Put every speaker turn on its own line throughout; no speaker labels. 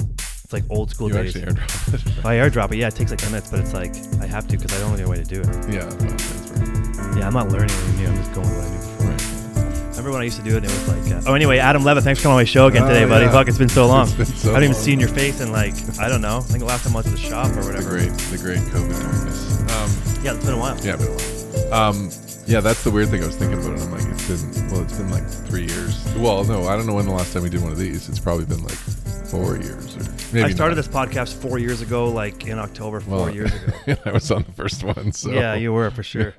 It's like old school
You
days.
actually airdropped it.
I airdrop it. Yeah, it takes like 10 minutes, but it's like I have to because I don't know the way to do it.
yeah, well, that's right.
Yeah, I'm not learning anything new. I'm just going with what I knew before.
Right.
Remember when I used to do it? and It was like, uh, oh, anyway, Adam Levitt, thanks for coming on my show again
Oh,
today, buddy.
yeah.
Fuck, it's been so
It's
long.
been so
I haven't even
long.
seen your face in like I don't know. I think the last time I was at the shop or
The
whatever.
great, the great COVID darkness. Um,
Yeah, it's been a while.
yeah, been a while. Um, yeah, that's the weird thing. I was thinking about it. I'm like, it's been well, it's been like three years. Well, no, I don't know when the last time we did one of these. It's probably been like four years or maybe.
I started
not.
this podcast four years ago, like in October, four
Well,
years ago.
I was on the first one. So
Yeah, you were for sure.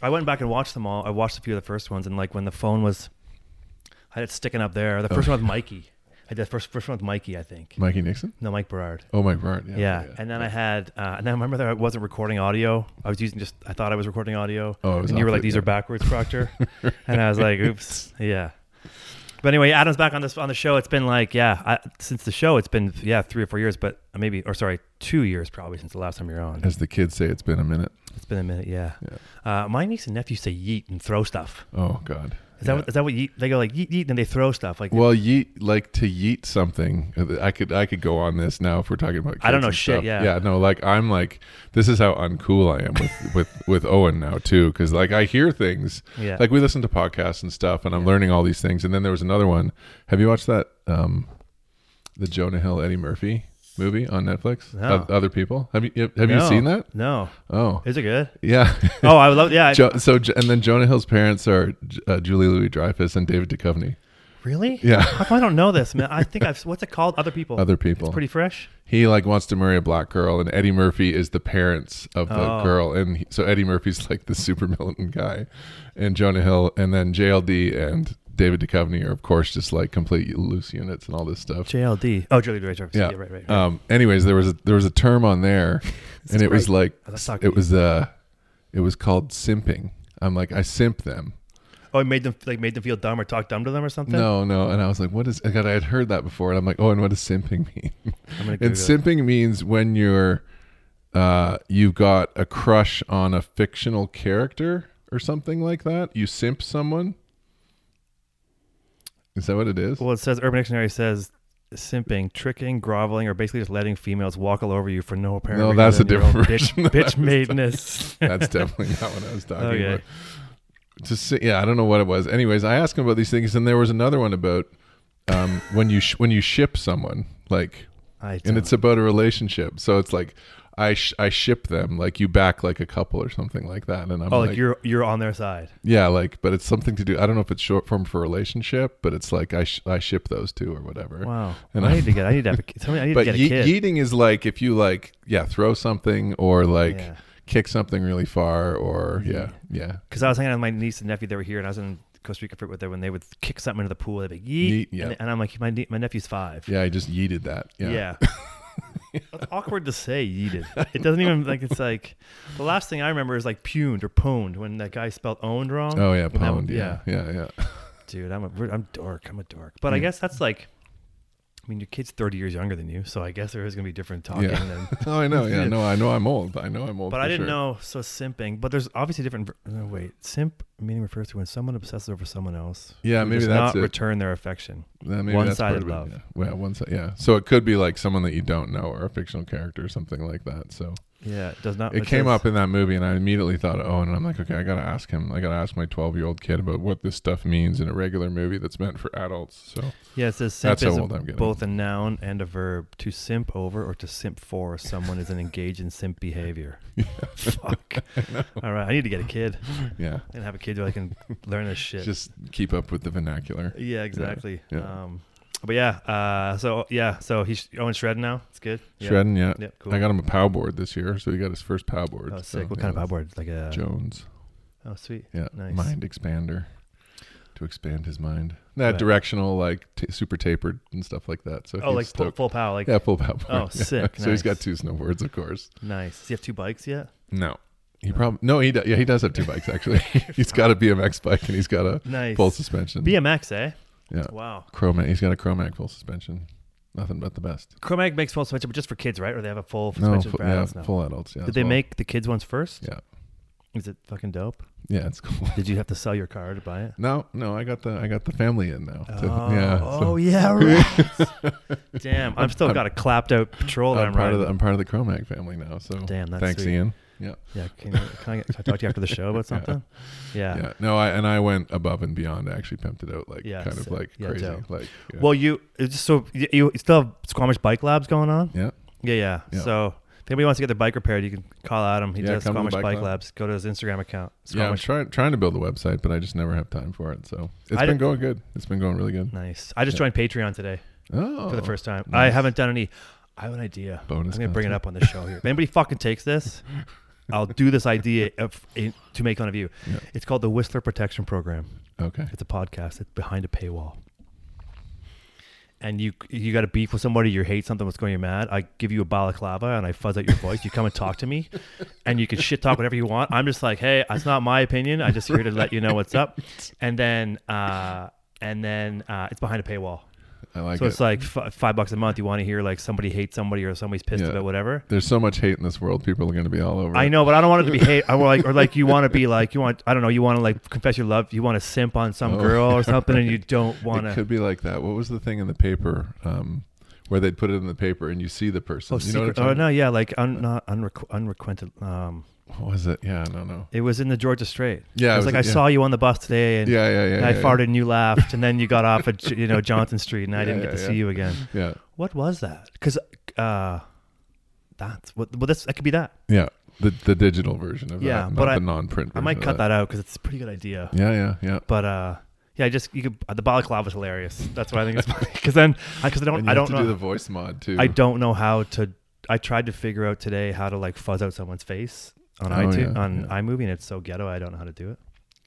I went back and watched them all. I watched a few of the first ones, and like when the phone was, I had it sticking up there. The first one with Mikey. I did the first first one with Mikey, I think.
Mikey Nixon.
no, Mike Berard.
Oh, Mike Bart. Yeah.
yeah. and then I had, uh, and then I remember that I wasn't recording audio. I was using just, I thought I was recording audio.
Oh, it was
and you were
off
like,
it,
"These
yeah.
are backwards, Proctor," and I was like, "Oops, yeah." But anyway, Adam's back on this on the show. It's been like, yeah, I, since the show, it's been yeah three or four years, but uh, maybe or sorry, two years probably since the last time you're on.
as the kids say, it's been a minute.
It's been a minute, yeah. Uh, my niece and nephew say yeet and throw stuff.
Oh God.
Is that what, is that what yeet? They go like yeet yeet, and then they throw stuff. Like
Well, yeet like to yeet something. Uh, I could I could go on this now if we're talking about. Kids
I don't know
and
shit,
stuff.
yeah.
Yeah. No. Like I'm like this is how uncool I am with with with Owen now too because like I hear things.
Yeah.
Like we listen to podcasts and stuff, and I'm learning all these things. And then there was another one. Have you watched that? Um, the Jonah Hill Eddie Murphy movie on Netflix.
No.
Oth- Other people. Have you have you
No,
seen that?
No,
Oh.
is it good?
Yeah.
Oh, I love. Yeah, I-
Jo- so J- and then Jonah Hill's parents are J- uh, Julie Louis Dreyfus and David Duchovny.
really?
Yeah.
How come I don't know this, man? I think I've. What's it called? Other people.
Other people.
Pretty fresh.
he like wants to marry a black girl and eddie murphy is the parents of the
Oh.
girl and he, so eddie murphy's like the super militant guy and jonah hill and then jld and david Duchovny are of course just like complete loose units and all this stuff
JLD. Oh, Julie Dreyfus.
yeah.
right, right. right.
Um, anyways, there was a, there was a term on there, and it was like
Let's talk-
it was uh, it was called simping. I'm like I simp them.
oh, it made them like made them feel dumb or talk dumb to them or something.
No, no. And I was like, what is, God, I had heard that before. And I'm like, oh, and what does simping mean?
I'm gonna
and
Google it.
simping means when you're, uh, you've got a crush on a fictional character or something like that. You simp someone. Is that what it is?
Well, it says Urban Dictionary says simping, tricking, groveling, or basically just letting females walk all over you for no apparent.
No,
reason
that's a
than your own
different version
Bitch,
that I was
bitch madeness.
That's definitely not what I was talking
Okay.
about. Just si- yeah, I don't know what it was. Anyways, I asked him about these things, and there was another one about um, when you sh- when you ship someone, like
I
and
don't-
it's about a relationship. So it's like I sh- I ship them, like you back like a couple or something like that. And I'm
oh,
like,
like, you're you're on their side.
yeah, like, but it's something to do. I don't know if it's short form for relationship, but it's like I sh- I ship those two or whatever.
Wow.
And
I
I-
need to get. I need to have. A, ki- tell me, I need to
But
get a
ye-
kid.
yeeting is like if you like yeah throw something or like
Yeah. Mm-hmm.
kick something really far or yeah yeah.
Because I was hanging out with my niece and nephew. They were here, and I was in Costa Rica for with them when they would kick something into the pool. They'd be like, yeet.
Yeet, yeah.
and, and I'm like, my nie- my nephew's five.
Yeah, I just yeeted that. Yeah.
Yeah. That's awkward to say yeeted. It doesn't even like it's like the last thing I remember is like puned or pwned when that guy spelled owned wrong.
Oh yeah,
When that
pound.
one-
yeah. yeah, yeah,
Dude, I'm a I'm dork. I'm a dork. But I guess that's like I mean your kid's 30 years younger than you, so I guess there is going to be different talking
Yeah.
than
oh, I know. Yeah, no, I know. I'm old. I know I'm old.
But
for
I didn't
sure.
know so simping, but there's obviously different ver- no, wait. Simp meaning refers to when someone obsesses over someone else.
Yeah,
who
maybe
does
that's
not
it.
return their affection.
Yeah, maybe that's part
One-sided
of it,
love.
Yeah. yeah, one side. Yeah. So it could be like someone that you don't know or a fictional character or something like that. So
Yeah, it does not
it came
says-
up in that movie, and I immediately thought, oh, and I'm like, okay, I gotta ask him. I gotta ask my 12 year old kid about what this stuff means in a regular movie that's meant for adults. So
Yeah, it says simp
That's how
is a-
old I'm getting.
both a noun and a verb. To simp over or to simp for someone is an engage in simp behavior. Fuck. All right, I need to get a kid
yeah,
and have a kid so I can learn this shit.
just keep up with the vernacular.
yeah, exactly.
yeah.
Um, but yeah, uh, so yeah, so he's Owen shredding now. It's good. Yeah.
Shredding, yeah.
Yep, cool.
I got him a pow board this year, so he got his first pow board.
Oh,
so,
sick. what
yeah,
kind of power board? Like a
Jones.
oh, sweet.
Yeah,
Nice.
mind expander to expand his mind. That
Right.
directional, like t- super tapered and stuff like that. So
Oh,
he's
like full,
stoked.
full power. Like
yeah, full pow board.
Oh,
yeah.
sick,
so he's got
nice.
two snowboards, of course.
nice. Does he have two bikes yet?
No. He probably no he does, yeah he does have two bikes actually he's got a BMX bike and he's got a
Nice.
full suspension
BMX, eh?
yeah
Wow.
Chromac he's got a Chromac full suspension nothing but the best
Chromatic makes full suspension, but just for kids, right? Or they have a full
no
suspension
full,
for
yeah
adults now.
full adults yeah
Did
as
they
well.
make the kids ones first?
yeah
Is it fucking dope?
Yeah, it's cool.
Did you have to sell your car to buy it?
No, no, I got the I got the family in now. So,
oh,
yeah,
oh yeah, right. Damn, I'm still got a clapped out patrol that
I'm
I'm
part of the
riding.
I'm part of the Chromag family now. So
Damn, that's
thanks,
sweet.
Ian. Yeah.
Yeah, can, can I, get, can I talk to you after the show about
Yeah.
something? Yeah.
yeah, No, I and I went above and beyond. I actually pimped it out like
Yeah,
kind of
sick.
like
Yeah,
crazy.
dope.
Like yeah.
Well, you it's just so you, you still have Squamish Bike Labs going on.
yeah,
Yeah, yeah.
Yeah.
So if anybody wants to get their bike repaired, you can call Adam. He
Yeah,
does
come to the
Squamish Bike,
Bike Lab.
Labs. Go to his Instagram account.
yeah. I'm
Squamish.
trying trying to build a website, but I just never have time for it. So it's
I
been
did-
going good. It's been going really good.
nice. I just
Yeah.
joined Patreon today
Oh,
for the first time. I
nice.
haven't done any. I have an idea.
bonus.
I'm gonna bring it
content.
up on the show here. If anybody fucking takes this, I'll do this idea of, in, to make fun of you.
Yeah.
It's called the Whistler Protection Program.
Okay.
It's a podcast. It's behind a paywall. And you you got a beef with somebody, you hate something, what's going you mad. I give you a balaclava and I fuzz out your voice. You come and talk to me, and you can shit talk whatever you want. I'm just like, hey, that's not my opinion. I just here to let you know what's up. And then uh, and then uh, it's behind a paywall,
I like
so
it.
it's like f- five bucks a month. You want to hear like somebody hates somebody or somebody's pissed
Yeah.
about whatever.
There's so much hate in this world. People are going to be all over.
I
it.
know, but I don't want it to be hate. I want like or like you want to be like you want. I don't know. You want to like confess your love. You want to simp on some
Oh,
girl or something, and you don't want
It
to.
could be like that. What was the thing in the paper um, where they'd put it in the paper and you see the person?
Oh,
you know what I'm
secret,
talking
oh no, yeah, like un, not unrequ- unrequited. Um,
What was it? Yeah, no, no.
it was in the Georgia Strait.
Yeah,
it was,
it was-
like I
yeah.
saw you on the bus today, and,
Yeah, yeah, yeah.
and I
yeah, yeah.
farted and you laughed, and then you got off at J- you know Johnson Street, and I
Yeah,
didn't get
yeah,
to
yeah.
see you again.
Yeah,
What was that? Because uh, that's what. Well, that's that could be that.
yeah. The the digital version of
Yeah,
that,
but
not
I-
the non-print.
I
version
might
of
cut that out because it's a pretty good idea.
Yeah, yeah, yeah.
But uh, yeah, I just you could uh, the balaclava was hilarious. That's why I think it's funny because then because I don't
And
I
you have
don't
to
know
do the voice mod too.
I don't know how to. I tried to figure out today how to like fuzz out someone's face on
Oh,
iTunes
yeah,
on
yeah.
iMovie, and it's so ghetto. I don't know how to do it.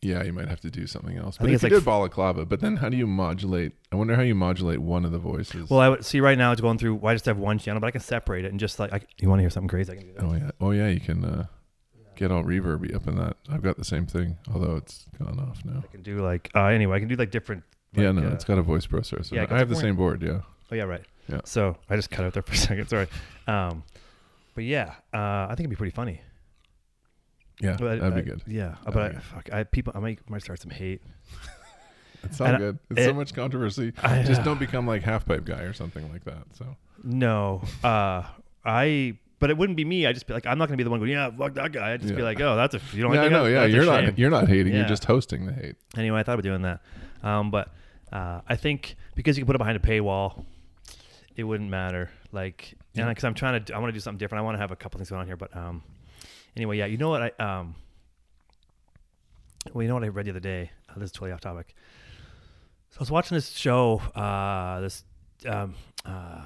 Yeah, you might have to do something else.
I
But
think
if
it's
you
like-
did balaclava, but then how do you modulate? I wonder how you modulate one of the voices.
Well, I would see right now it's going through. Well, I just have one channel, but I can separate it and just like I, you want to hear something crazy, I can do that.
oh yeah, oh yeah. You can uh, get all reverby up in that. I've got the same thing, although it's gone off now.
I can do like uh, anyway. I can do like different.
yeah,
like,
no,
uh,
it's got a voice processor.
yeah, it
I
got
have
the
the same board. Yeah.
oh yeah, right.
Yeah.
So I just cut out there for a second. Sorry. Um, but yeah, uh, I think it'd be pretty funny.
Yeah,
But uh,
that'd
I,
be good.
Yeah, but
That'd be
I,
good.
fuck, I people, I might might start some hate.
It's
and
all
I-
good. It's so
it-
much controversy.
I,
Just
uh,
don't become like half pipe guy or something like that. So
No, uh, I. But it wouldn't be me. I would just be like, I'm not gonna be the one going, yeah, fuck that guy. I'd just be
Yeah.
like, oh, that's a you don't
yeah, I
like that
know.
guy?
Yeah,
That's a
you're
shame."
not you're not hating.
Yeah.
You're just hosting the hate.
Anyway, I thought about doing that, um, but uh, I think because you can put it behind a paywall, it wouldn't matter. Like, and
Yeah.
because I'm trying to, I want to do something different. I want to have a couple things going on here, but um, anyway, yeah, you know what I um, well, you know what I read the other day. Uh, this is totally off topic. So I was watching this show. Uh, this um, uh,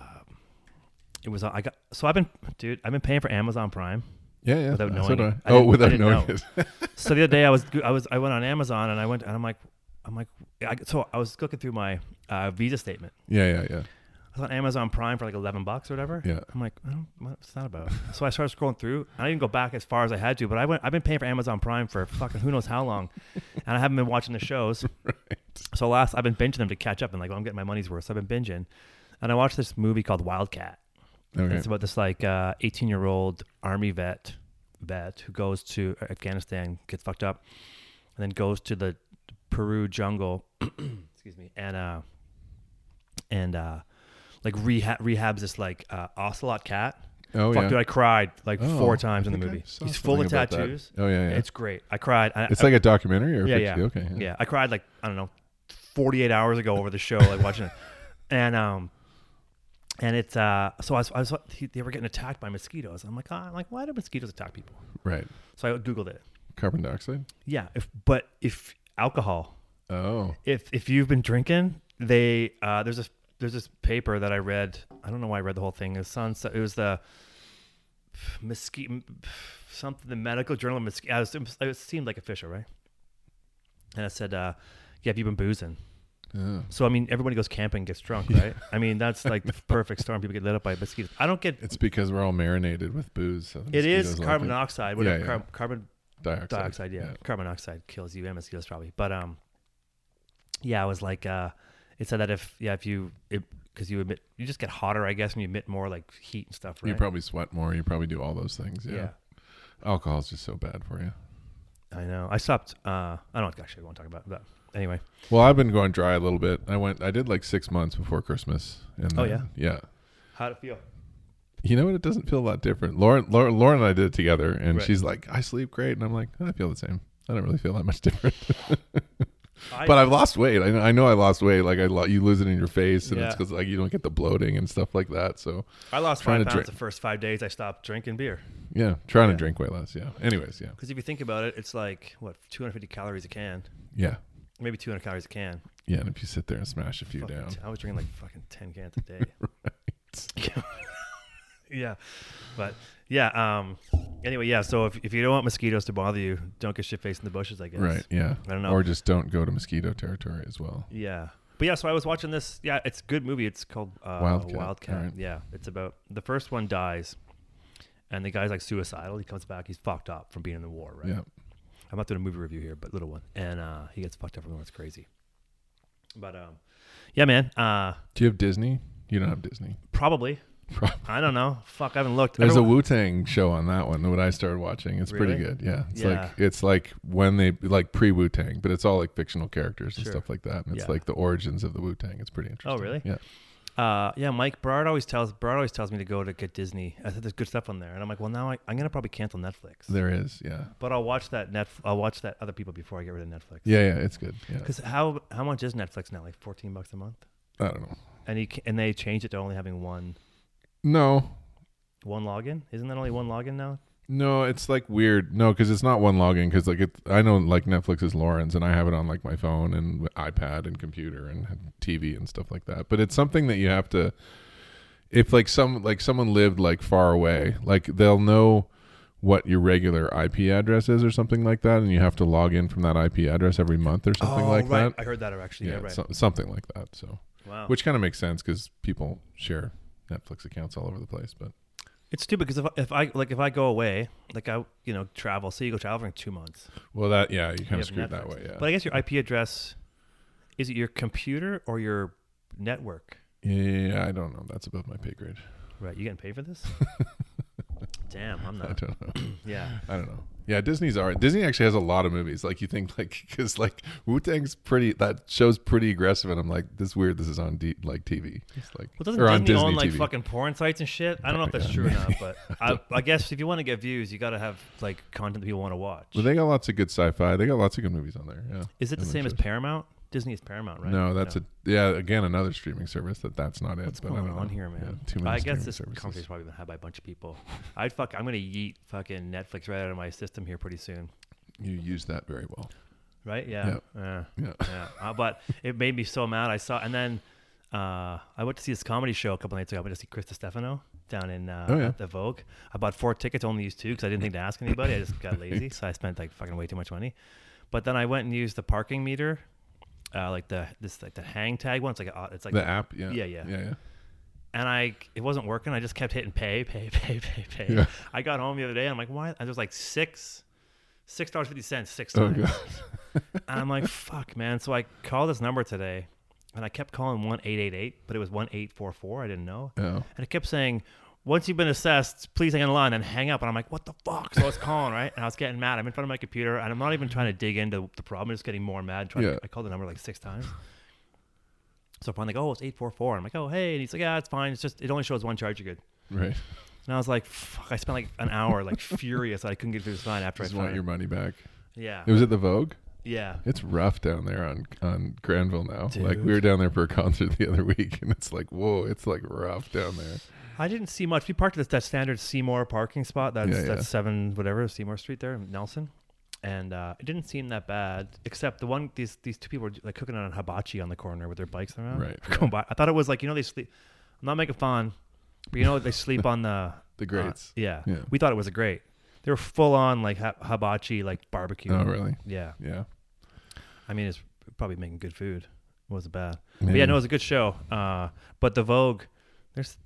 it was on- I got so I've been dude I've been paying for Amazon Prime.
Yeah, yeah.
Without
that's
knowing
what
it. I
I, oh,
didn't- I
without
didn't
knowing
know.
it.
so the other day I was I was I went on Amazon and I went and I'm like I'm like I, so I was looking through my uh, Visa statement.
yeah, yeah, yeah,
I was on Amazon Prime for like eleven bucks or whatever.
yeah.
I'm like, I don't, what's that about? so I started scrolling through. and I didn't go back as far as I had to, but I went. I've been paying for Amazon Prime for fucking who knows how long, and I haven't been watching the shows. So last I've been binging them to catch up and like well, I'm getting my money's worth. So I've been binging, and I watched this movie called Wildcat. And
Okay.
It's about this like uh, 18 year old army vet vet who goes to Afghanistan, gets fucked up, and then goes to the Peru jungle. excuse me, and uh, and uh, like reha- rehabs this like uh, ocelot cat.
Oh
Fuck,
yeah.
dude, I cried like
Oh,
four times in the
I think I
movie.
saw
He's full of
something about that.
tattoos.
Oh yeah, yeah. It's,
It's great. I cried. I,
like a documentary or
Yeah,
yeah,
yeah.
Okay.
yeah, I cried like I don't know, forty eight hours ago over the show, like watching it, and um, and it's uh, so I was, I was he, they were getting attacked by mosquitoes. I'm like, ah, I'm like, why do mosquitoes attack people?
Right.
So I googled it.
Carbon dioxide.
Yeah, if but if alcohol,
Oh.
if if you've been drinking, they uh, there's this there's this paper that I read. I don't know why I read the whole thing. It was on, so- it was the mosquito something the medical journal of mosquito. It, was- it seemed like official, right? And it said, uh, "Yeah, have you been boozing?"
Yeah.
So I mean, everybody goes camping, and gets drunk, right? I mean, that's like the perfect storm. People get lit up by mosquitoes. I don't get.
It's because we're all marinated with booze. So the
It is
mosquitoes like
carbon
it.
dioxide. Whatever,
yeah.
Carb, carbon
dioxide.
dioxide. Yeah. carbon dioxide kills you and mosquitoes probably. But um, yeah, I was like, uh, it said that if yeah, if you because you emit, you just get hotter, I guess, and you emit more like heat and stuff, right?
You probably sweat more. You probably do all those things. Yeah.
yeah.
Alcohol's just so bad for you.
I know. I stopped. Uh, I don't actually want to talk about that. Anyway,
Well, I've been going dry a little bit. I went. I did like six months before Christmas. And
Oh,
then- yeah.
how'd it feel?
You know what? It doesn't feel a lot different. Lauren, Lauren, Lauren and I did it together, and
Right.
she's like, "I sleep great," and I'm like, "I feel the same. I don't really feel that much different."
I,
but I've lost weight. I know, I know I lost weight. Like I, lo- you lose it in your face, and it's
Yeah.
because like you don't get the bloating and stuff like that. So
I lost
trying
five
to
pounds
drink-
the first five days. I stopped drinking beer
yeah, trying
Yeah.
to drink way less. Yeah. Anyways, yeah,
because if you think about it, it's like what 250 calories a can,
yeah,
maybe 200 calories a can.
yeah. And if you sit there and smash a few
Fucking
down,
t- I was drinking like fucking 10 cans a day. yeah. But yeah. Um. Anyway, yeah. So if, if you don't want mosquitoes to bother you, don't get shit faced in the bushes, I guess.
right? Yeah.
I don't know.
Or just don't go to mosquito territory as well.
Yeah. But yeah, so I was watching this. Yeah, it's a good movie. It's called uh,
Wildcat.
Wildcat.
All right.
Yeah, it's about the first one dies, and the guy's like suicidal. He comes back. He's fucked up from being in the war, right?
Yeah.
I'm not doing a movie review here, but little one, and uh, he gets fucked up from the war. It's crazy. But um, yeah, man. Uh,
Do you have Disney? You don't have Disney.
probably.
Probably.
I don't know. Fuck, I haven't looked.
There's a
Everyone-
Wu Tang show on that one. What I started watching, it's pretty
Really?
good. Yeah, it's
Yeah.
like it's like when they like pre Wu Tang, but it's all like fictional characters and
Sure.
stuff like that. And it's
Yeah. Oh,
like the origins of the Wu Tang. It's pretty interesting.
really?
Yeah.
Uh, yeah, Mike Brad always tells Brad always tells me to go to get Disney. I said there's good stuff on there, and I'm like, well, now I, I'm gonna probably cancel Netflix,
There is. Yeah.
but I'll watch that net. I'll watch that other people before I get rid of Netflix.
Yeah. Yeah. It's good. Yeah.
Because how how much is Netflix now? Like fourteen bucks a month,
I don't know.
and you can, and they changed it to only having one
No.
one login. Isn't that only one login now?
No, it's like weird. No, because it's not one login. Because like it, I know like Netflix is Lauren's, and I have it on like my phone and iPad and computer and TV and stuff like that. But it's something that you have to. If like some like someone lived like far away, like they'll know what your regular IP address is or something like that, and you have to log in from that IP address every month or something like
Oh, right.
that.
I heard that actually.
yeah,
Yeah, right. Oh.
so- something like that. So,
wow.
which kind of makes sense because people share Netflix accounts all over the place. But
it's stupid because if, I- if I like if I go away, like I you know travel, say you go traveling two months,
well, that yeah, you kind
have
of screwed that
Netflix.
way. Yeah,
but I guess your IP address is it your computer or your network?
Yeah, I don't know. That's above my pay grade.
Right, you getting paid for this? Damn, I'm
I
not.
don't know.
Yeah,
I don't know. Yeah, Disney's all right. Disney actually has a lot of movies. Like you think, like because like Wu Tang's pretty. That show's pretty aggressive, and I'm like, this is weird. This is on D, like TV. It's like
well, doesn't
or
Disney,
on Disney
own like
TV.
fucking porn sites and shit? I don't know if that's
Yeah,
true or not, but I, I guess if you want to get views, you got to have like content that people want to watch.
Well, they got lots of good sci-fi. They got lots of good movies on there. Yeah.
Is it the
I'm
same as
interested.
Paramount? Disney is Paramount, right?
No, that's a yeah. Again, another streaming service that that's not it.
What's
but I
going
don't
on
know.
here, man?
Yeah, too
I
many
guess
streaming
this
services.
conversation's probably been had by a bunch of people. I'd fuck. I'm gonna yeet fucking Netflix right out of my system here pretty soon,
You use that very well.
right? Yeah. Yeah.
Yeah.
yeah. Uh, but it made me so mad. I saw, and then uh, I went to see this comedy show a couple nights ago. I went to see Chris Stefano down in uh,
Oh, yeah.
at the Vogue. I bought four tickets, only used two because I didn't think to ask anybody. I just got lazy, so I spent like fucking way too much money. But then I went and used the parking meter, uh, like the this like the hang tag one. It's like a, it's like
The app. Yeah.
Yeah, yeah.
Yeah. Yeah.
and I it wasn't working. I just kept hitting pay, pay, pay, pay, pay.
Yeah.
I got home the other day. and I'm like, why? I was like six, six dollars fifty cents, six
Oh
times.
god.
And I'm like, fuck, man. So I called this number today, and I kept calling one eight eight eight, but it was one eight four four. I didn't know,
Oh.
and it kept saying. Once you've been assessed, please hang on the line and hang up. And I'm like, what the fuck? So I was calling, right? And I was getting mad. I'm in front of my computer and I'm not even trying to dig into the problem. I'm just getting more mad. Trying
Yeah.
to, I called the number like six times. So finally, like, oh, it's 844. I'm like, oh, hey. And he's like, yeah, it's fine. It's just, it only shows one charge. You're good.
Right.
And I was like, fuck, I spent like an hour like furious that I couldn't get through this line after
Just
I
want
found
your money back.
Yeah.
It was at the Vogue.
yeah.
It's rough down there on on Granville now. Like
Dude.
we were down there for a concert the other week, and it's like whoa, it's like rough down there.
I didn't see much. We parked at that standard Seymour parking spot. That's
Yeah, yeah.
that's seven whatever Seymour Street there, in Nelson. And uh, it didn't seem that bad, except the one these these two people were like cooking on a hibachi on the corner with their bikes around.
Right,
Going by. I thought it was like you know they sleep. I'm not making fun, but you know they sleep on the
The
uh,
greats.
yeah.
Yeah.
We thought it was a great. They were full on like hi- hibachi like barbecue.
oh really?
Yeah.
Yeah.
I mean, it's probably making good food. It wasn't bad. But
Maybe.
yeah, no, it was a good show. Uh, but the Vogue, there's,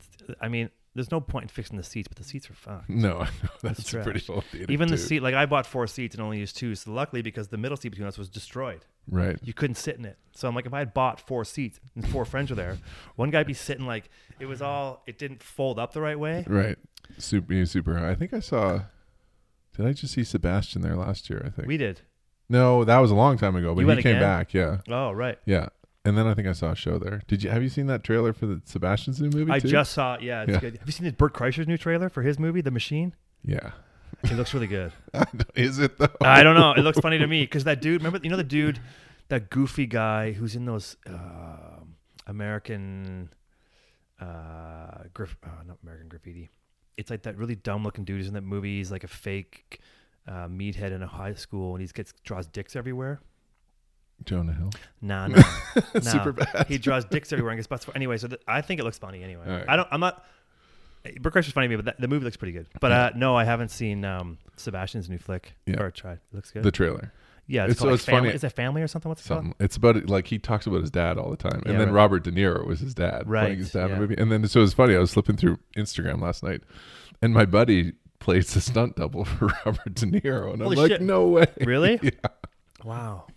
I mean, there's no point in fixing the seats, but the seats were fun.
No, I know that's,
That's
a pretty
trash.
old theater.
Even the
too.
seat, like I bought four seats and only used two. So luckily, because the middle seat between us was destroyed,
Right.
you couldn't sit in it. So I'm like, if I had bought four seats and four friends were there, one guy'd be sitting like it was all, it didn't fold up the right way.
Right. Super. you Super. high. I think I saw Did I just see Sebastian there last year? I think.
We did.
no, that was a long time ago, but
You
he
went
came
again?
back. Yeah,
Oh, right.
yeah. And then I think I saw a show there. Did you have you seen that trailer for the Sebastian's new movie?
I
too?
just saw it. Yeah, it's
Yeah.
good. Have you seen Bert Kreischer's new trailer for his movie, The Machine?
yeah.
It looks really good.
Is it though?
I don't know. It looks funny to me because that dude. Remember, you know the dude, that goofy guy who's in those um American, uh, graf- uh, not American graffiti. It's like that really dumb looking dude who's in that movie. He's like a fake uh, meathead in a high school, and he gets draws dicks everywhere.
Jonah Hill.
Nah, nah, nah.
Super bad.
He draws dicks everywhere and gets butts. For- anyway, so th- I think it looks funny. Anyway,
All right.
I don't. I'm not. Brooke Kreischer's funny to me, but that, the movie looks pretty good. But uh, no, I haven't seen um, Sebastian's new flick.
Yeah.
Or tried. It looks good.
The trailer.
Yeah, it's,
It's-
called,
so
like,
it's
family.
funny-
Is it family or something? What's it called?
something. It's about like he talks about his dad all the time, and
Yeah,
then
right.
Robert De Niro was his dad,
Right,
Playing his dad in
yeah.
the movie, and then so it was funny. I was flipping through Instagram last night, and my buddy plays the stunt double for Robert De Niro, and
Holy
I'm like,
shit.
no way,
Really?
yeah,
Wow,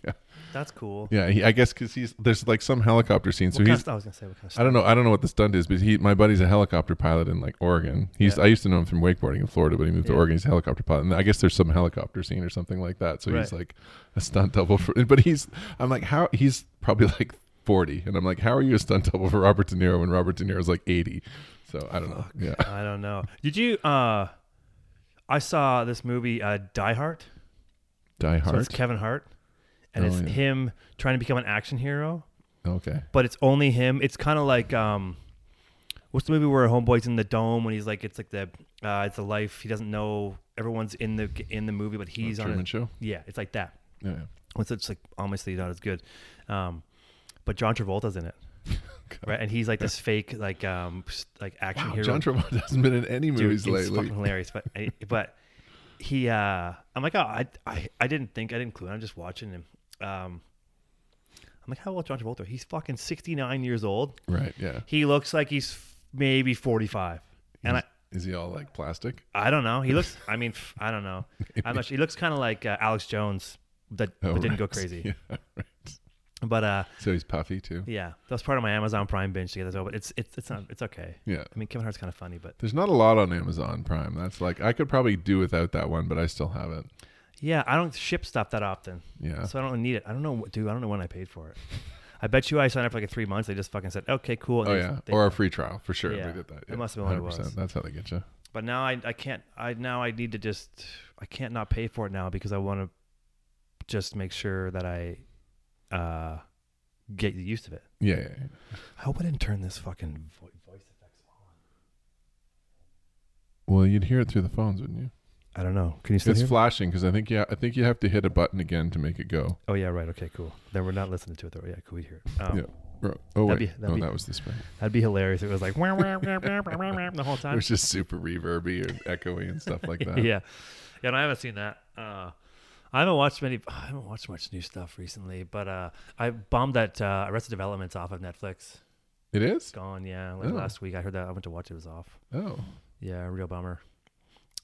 that's cool.
yeah. He, I guess because he's there's like some helicopter scene, so
What kind of-
he's
I was gonna say what kind of
I don't know. I don't know what the stunt is, but he, my buddy's a helicopter pilot in like Oregon. He's,
Yeah.
I used to know him from wakeboarding in Florida, but he moved to
Yeah.
Oregon. He's a helicopter pilot, and I guess there's some helicopter scene or something like that. So he's
Right.
like a stunt double for. But he's, I'm like, how? He's probably like 40, and I'm like, how are you a stunt double for Robert De Niro when Robert De Niro's like 80? So I don't know. Yeah,
stuff? I don't know. Did you? uh I saw this movie uh, Die Hard.
Die
So it's
Hard.
Kevin Hart, and
Oh,
it's
yeah.
him trying to become an action hero,
okay.
but it's only him. It's kind of like um, what's the movie where Homeboy's in the dome when he's like it's like the uh, it's a life he doesn't know. Everyone's in the in the movie, but he's on
Truman
it.
Show.
Yeah, it's like that.
Yeah.
It's, it's like obviously not as good, um, but John Travolta's in it. right? And he's like this fake, like, um, s- like action
Wow,
hero.
John Travolta hasn't been in any
Dude,
movies
it's
lately.
fucking hilarious. But, I- but he, uh, I'm like, oh, I, I, I didn't think, I didn't clue. in. I'm just watching him. Um, I'm like, how old John Travolta? He's fucking 69 years old.
Right. Yeah.
He looks like he's f- maybe 45. And I,
Is he all like plastic?
I don't know. He looks. I mean, f- I don't know. I'm not sure. He looks kind of like uh, Alex Jones, that
Oh,
but didn't go
right.
crazy.
Yeah. Right.
But uh,
So he's puffy too.
yeah, that was part of my Amazon Prime binge together. So, but it's it's it's not it's okay.
Yeah.
I mean, Kevin Hart's kind of funny, but
There's not a lot on Amazon Prime. That's like I could probably do without that one, but I still have it.
Yeah, I don't ship stuff that often,
Yeah.
so I don't really need it. I don't know, what- dude. I don't know when I paid for it. I bet you I signed up for like three months. They just fucking said, okay, cool. and
oh
they-
yeah,
they-
or a free trial for sure.
Yeah.
They did that.
It must have been what it was.
100%. That's how they get you.
but now I, I can't. I now I need to just. I can't not pay for it now because I want to just make sure that I uh, get the use of it.
Yeah, yeah, yeah.
I hope I didn't turn this fucking vo- voice effects on.
Well, you'd hear it through the phones, wouldn't you?
I don't know. Can you still
It's
hear? me?
flashing because I think yeah, I think you have to hit a button again to make it go.
oh yeah, right. Okay, cool. Then we're not listening to it though. Yeah, cool. We hear it. Um,
Yeah. Ro- Oh wait,
That'd be- that'd
oh
be-
that was the spring.
That'd be hilarious. if It was like "Wah, wah, wah, wah, wah, wah, wah," the whole
It
time.
was just super reverby and echoey and stuff like that.
yeah, yeah. And I haven't seen that. Uh, I haven't watched many. I haven't watched much new stuff recently. But uh, I bombed that uh, Arrested Development's off of Netflix.
It
It's
is.
gone. Yeah, like
Oh.
last week I heard that. I went to watch it. It was off.
Oh,
Yeah, a real bummer.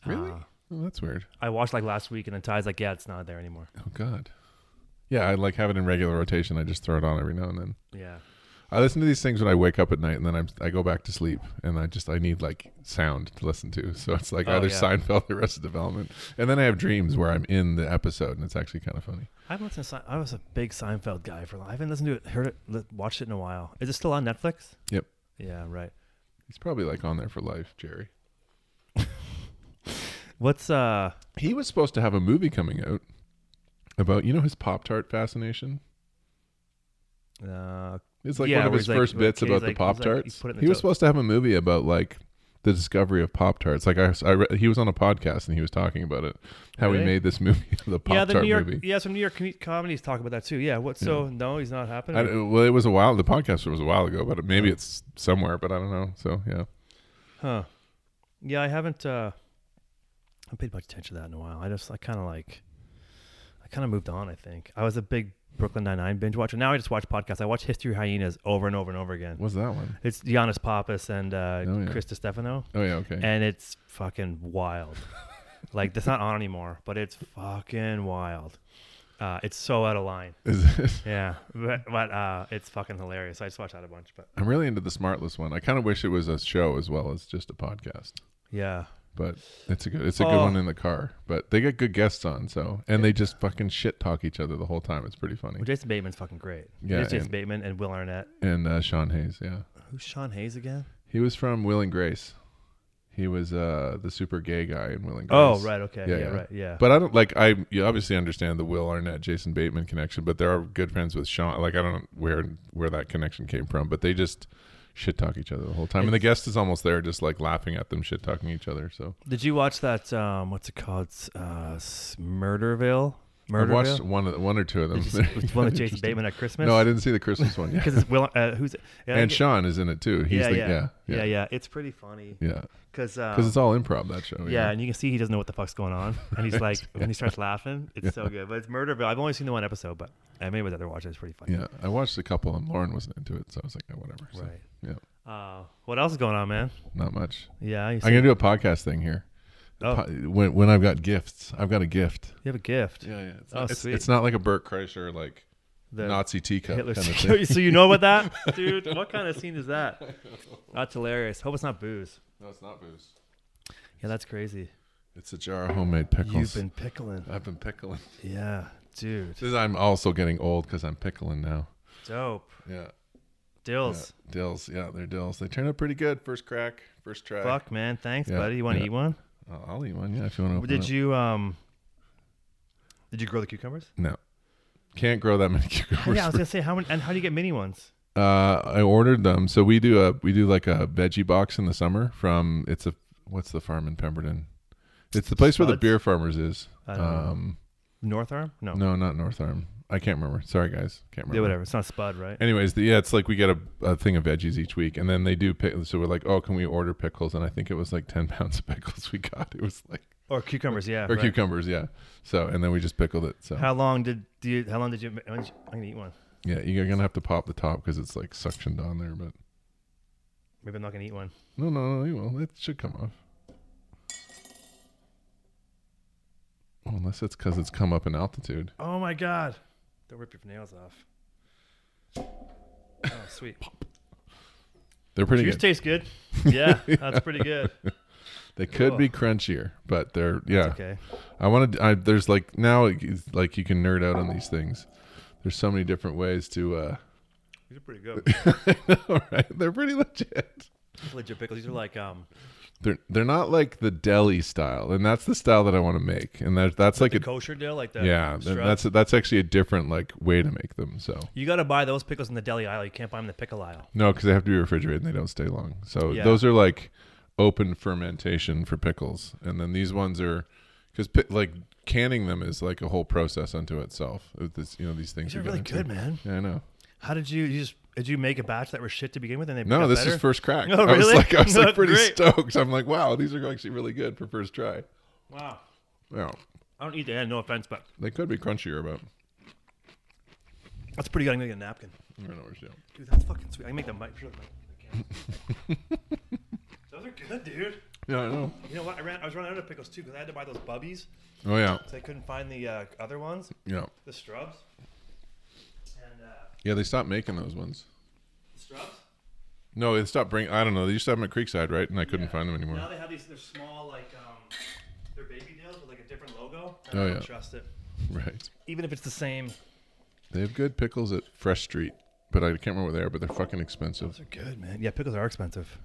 Really?
Uh,
well, that's weird.
I watched like last week, and then Ty's like, "Yeah, it's not there anymore."
Oh God. Yeah, I like have it in regular rotation. I just throw it on every now and then.
Yeah,
I listen to these things when I wake up at night, and then I'm, I go back to sleep, and I just I need like sound to listen to. So it's like
Oh,
either
yeah.
Seinfeld or Arrested Development, and then I have dreams where I'm in the episode, and it's actually kind of funny.
I haven't listened. To Se- I was a big Seinfeld guy for. a while. I haven't listened to it, heard it, li- watched it in a while. Is it still on Netflix?
Yep.
Yeah, right.
He's probably like on there for life, Jerry.
What's uh?
He was supposed to have a movie coming out about you know his Pop Tart fascination.
uh
It's like
Yeah,
one of
where
his
he's like-
first
like,
bits
he's
about
like-
the Pop
he's like- he's
Tarts.
put it in the
he was
toast.
supposed to have a movie about like the discovery of Pop Tarts. Like I, I re- he was on a podcast and he was talking about it, how he
Really?
made this movie, the
yeah,
Pop
the
Tart
New York,
movie.
yeah, some New York com- comedies talk about that too. Yeah, what? So no, he's not happening.
I, don't- well, it was a while. The podcast was a while ago, but maybe it's somewhere. But I don't know. So yeah,
Huh. Yeah, I haven't uh I paid much attention to that in a while. I just I kinda like I kinda moved on, I think. I was a big Brooklyn Nine Nine binge watcher. Now I just watch podcasts. I watch History Hyenas over and over and over again.
what's that one?
It's Giannis Pappas and uh
Oh, yeah.
Chris DiStefano.
Oh yeah, okay.
And it's fucking wild. like that's not on anymore, but it's fucking wild. Uh, it's so out of line.
Is it,
Yeah. But, but uh, it's fucking hilarious. I just watched that a bunch, but
I'm really into the Smartless one. I kind of wish it was a show as well as just a podcast.
yeah.
But it's a good it's a good
Oh.
one in the car. But they get good guests on, so and they just fucking shit talk each other the whole time. It's pretty funny.
Well, Jason Bateman's fucking great.
Yeah,
There's Jason
and-
Bateman and Will Arnett.
And uh, Sean Hayes, yeah,
Who's Sean Hayes again?
he was from Will and Grace. He was uh, the super gay guy in Will and Grace.
Oh, right. Okay.
Yeah,
Yeah,
yeah.
right. Yeah.
But I don't like I you obviously understand the Will Arnett Jason Bateman connection, but they are good friends with Sean. Like I don't know where where that connection came from, but they just shit talk each other the whole time. and the guest is almost there just like laughing at them shit talking each other. So
Did you watch that? Um, what's it called? S- Uh, s- Murderville.
I watched
Murderville.
one of the, one or two of them.
Did you see- It's one with Jason
Interesting.
Bateman at Christmas.
No, I didn't see the Christmas one. Yeah.
Because it's Will. Uh, who's? Yeah, I
and
get-
Sean is in it too. He's
yeah,
the
yeah.
yeah.
yeah,
Yeah.
yeah. It's pretty funny.
Yeah.
Because
Cuz it's all improv that show.
Yeah, and you can see he doesn't know what the fuck's going on, and he's like, when he starts laughing, it's
Yeah.
so good. But it's Murderville. I've only seen the one episode, but I may was other watch it. It's pretty funny.
Yeah. I watched a couple and Lauren wasn't into it, so I was like, "Eh, whatever. So,
Right.
Yeah.
Uh, what else is going on, man?
Not much.
Yeah, you,
I'm going to do a podcast thing here.
Oh.
Po- when when I've got gifts, I've got a gift.
you have a gift.
Yeah, yeah. It's,
Oh,
not, it's,
sweet.
it's not like a Burt Kreischer like
The
Nazi teacup
Hitler
kind of
security-
thing.
so you know about that, dude? What kind of scene is that? That's hilarious. Hope it's not booze.
no, it's not booze.
Yeah, that's crazy.
It's a jar of homemade pickles.
You've been pickling.
I've been pickling.
Yeah, dude.
This- I'm also getting old because I'm pickling now.
Dope.
Yeah.
Dills.
yeah. Dills. Yeah, they're dills. They turn out pretty good. First crack, first try.
Fuck, man. Thanks,
Yeah,
buddy. You want to
yeah.
eat one?
I'll, I'll eat one. Yeah, if you want to.
Did you um? Did you grow the cucumbers?
No. Can't grow that many cucumbers.
yeah, I was gonna say how many, and how do you get mini ones?
Uh, I ordered them. So we do a we do like a veggie box in the summer from it's a what's the farm in Pemberton? It's the place where the
Spuds?
beer farmers is.
I don't know.
Um,
North Arm? No.
no, not North Arm. I can't remember. Sorry guys, can't
Oh.
remember.
Yeah, whatever. It's not Spud, right?
Anyways, the, yeah, it's like we get a, a thing of veggies each week, and then they do pick. So we're like, oh, can we order pickles? And I think it was like ten pounds of pickles we got. It was like
Or cucumbers? Yeah.
or
right.
cucumbers, yeah. So and then we just pickled it. So
How long did do you? How long did you? when did you- I'm gonna eat one.
yeah, you're gonna have to pop the top because it's like suctioned on there. But
Maybe I'm not gonna eat one.
no, no, no, you will. It should come off. Well, unless it's because it's come up in altitude.
Oh my god! Don't rip your nails off. Oh sweet.
They're pretty
Juice
good.
tastes good. Yeah, that's pretty good.
They could be crunchier, but they're yeah.
Okay.
I want to. I, there's like now, it's like you can nerd out on these things. There's so many different ways to. uh
These are pretty good.
I know, right? They're pretty legit.
These are legit pickles. These are like um
They're they're not like the deli style, and that's the style that I want to make. And that that's like
the
a
kosher deal, like the
yeah. th-
strut.
That's that's actually a different like way to make them. So
you got to buy those pickles in the deli aisle. You can't buy them in the pickle aisle.
no, because they have to be refrigerated and they don't stay long. So
Yeah.
those are like open fermentation for pickles, and then these ones are because pi- like canning them is like a whole process unto itself. With This you know these things
These are really
gonna
good,
take-
man.
Yeah, I know.
How did you, you just did you make a batch that were shit to begin with and they
No,
got
this
better?
is first crack.
Oh,
I was
really?
like, I was like
That's
pretty
great.
stoked. I'm like, wow, these are actually really good for first try.
wow.
Yeah,
I don't eat the end. No offense, but
they could be crunchier, but
that's pretty good. I'm gonna get a napkin.
I don't know where she is.
Dude, that's fucking sweet. I can make the mic. Sure the mic. those are good, dude.
Yeah, I know.
You know what? I ran. I was running out of pickles too because I had to buy those bubbies
Oh yeah,
because I couldn't find the uh, other ones,
yeah,
the strubs. And uh,
yeah. They stopped making those ones.
the strubs.
No, they stopped bringing. I don't know. They used to have them at Creekside, right? And I couldn't find them anymore.
Now they have these. They're small, like um, they're baby deals with like a different logo. I
Oh,
don't
yeah.
trust it.
Right.
Even if it's the same,
They have good pickles at Fresh Street, but I can't remember where they are. But they're fucking expensive.
they're good, man. Yeah, pickles are expensive.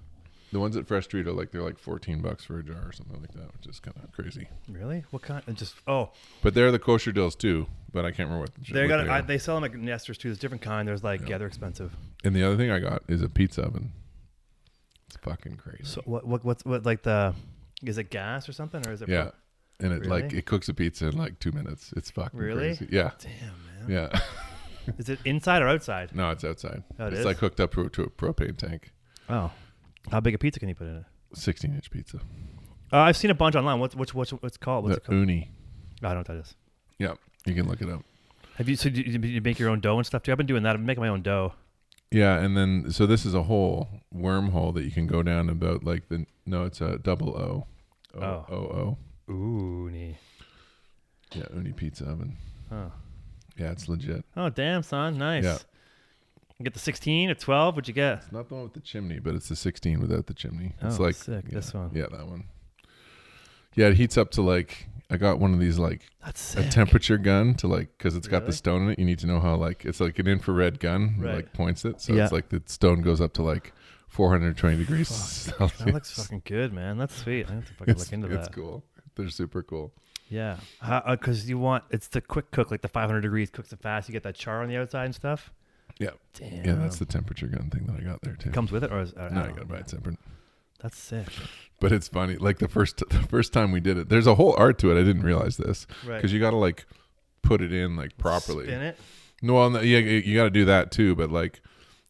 The ones at Fresh Street are like they're like fourteen bucks for a jar or something like that, which is kind of crazy.
Really? What kind? Just oh,
But they're the kosher deals too. But I can't remember what.
they
what
got.
they
I,
are.
they sell them at Nesters too. There's different kind. There's like yeah, they're expensive.
And the other thing I got is a pizza oven. It's fucking crazy.
So what? What? What's what? Like the is it gas or something or is it?
yeah. And it like
Really?
it cooks a pizza in like two minutes. It's fucking
Really?
crazy. Yeah.
Damn man.
Yeah.
Is it inside or outside?
no, it's outside.
Oh, it
it's
is?
like hooked up to, to a propane tank.
Oh, how big a pizza can you put in it?
Sixteen inch pizza.
Uh, I've seen a bunch online. What's what's what's what's it called? What's
The
it called?
uni.
I don't know what that is.
Yeah. You can look it up.
Have you so do you, do you make your own dough and stuff too? I've been doing that. I've been making my own dough.
Yeah, and then so this is a whole wormhole that you can go down about like the no, it's a double O. O
Oh.
O O.
Ooh, nee.
Yeah, uni pizza oven.
Oh.
Yeah, it's legit.
oh, damn, son, nice.
Yeah.
You get the 16 or 12? What'd you get?
It's not the one with the chimney, but it's the sixteen without the chimney. It's
Oh,
like
sick,
yeah,
this one.
Yeah, that one. Yeah, it heats up to like I got one of these like
That's sick.
a temperature gun to like because it's got the
Really?
stone in it. You need to know how like it's like an infrared gun that,
Right.
like points it, so
Yeah.
it's like the stone goes up to like 420 degrees Celsius.
That looks fucking good, man. That's sweet. I have to fucking
it's,
look into
it's
that.
cool. They're super cool.
Yeah, because you want it's the quick cook, like the 500 degrees cooks it fast. You get that char on the outside and stuff.
Yeah.
Damn.
Yeah, that's the temperature gun thing that I got there too.
comes with it, or is uh,
no, I gotta buy it separate.
That's sick.
But it's funny. Like the first the first time we did it, there's a whole art to it. I didn't realize this
Right.
because you got to like put it in like properly.
Spin it.
No, well, no, yeah, you got to do that too. But like,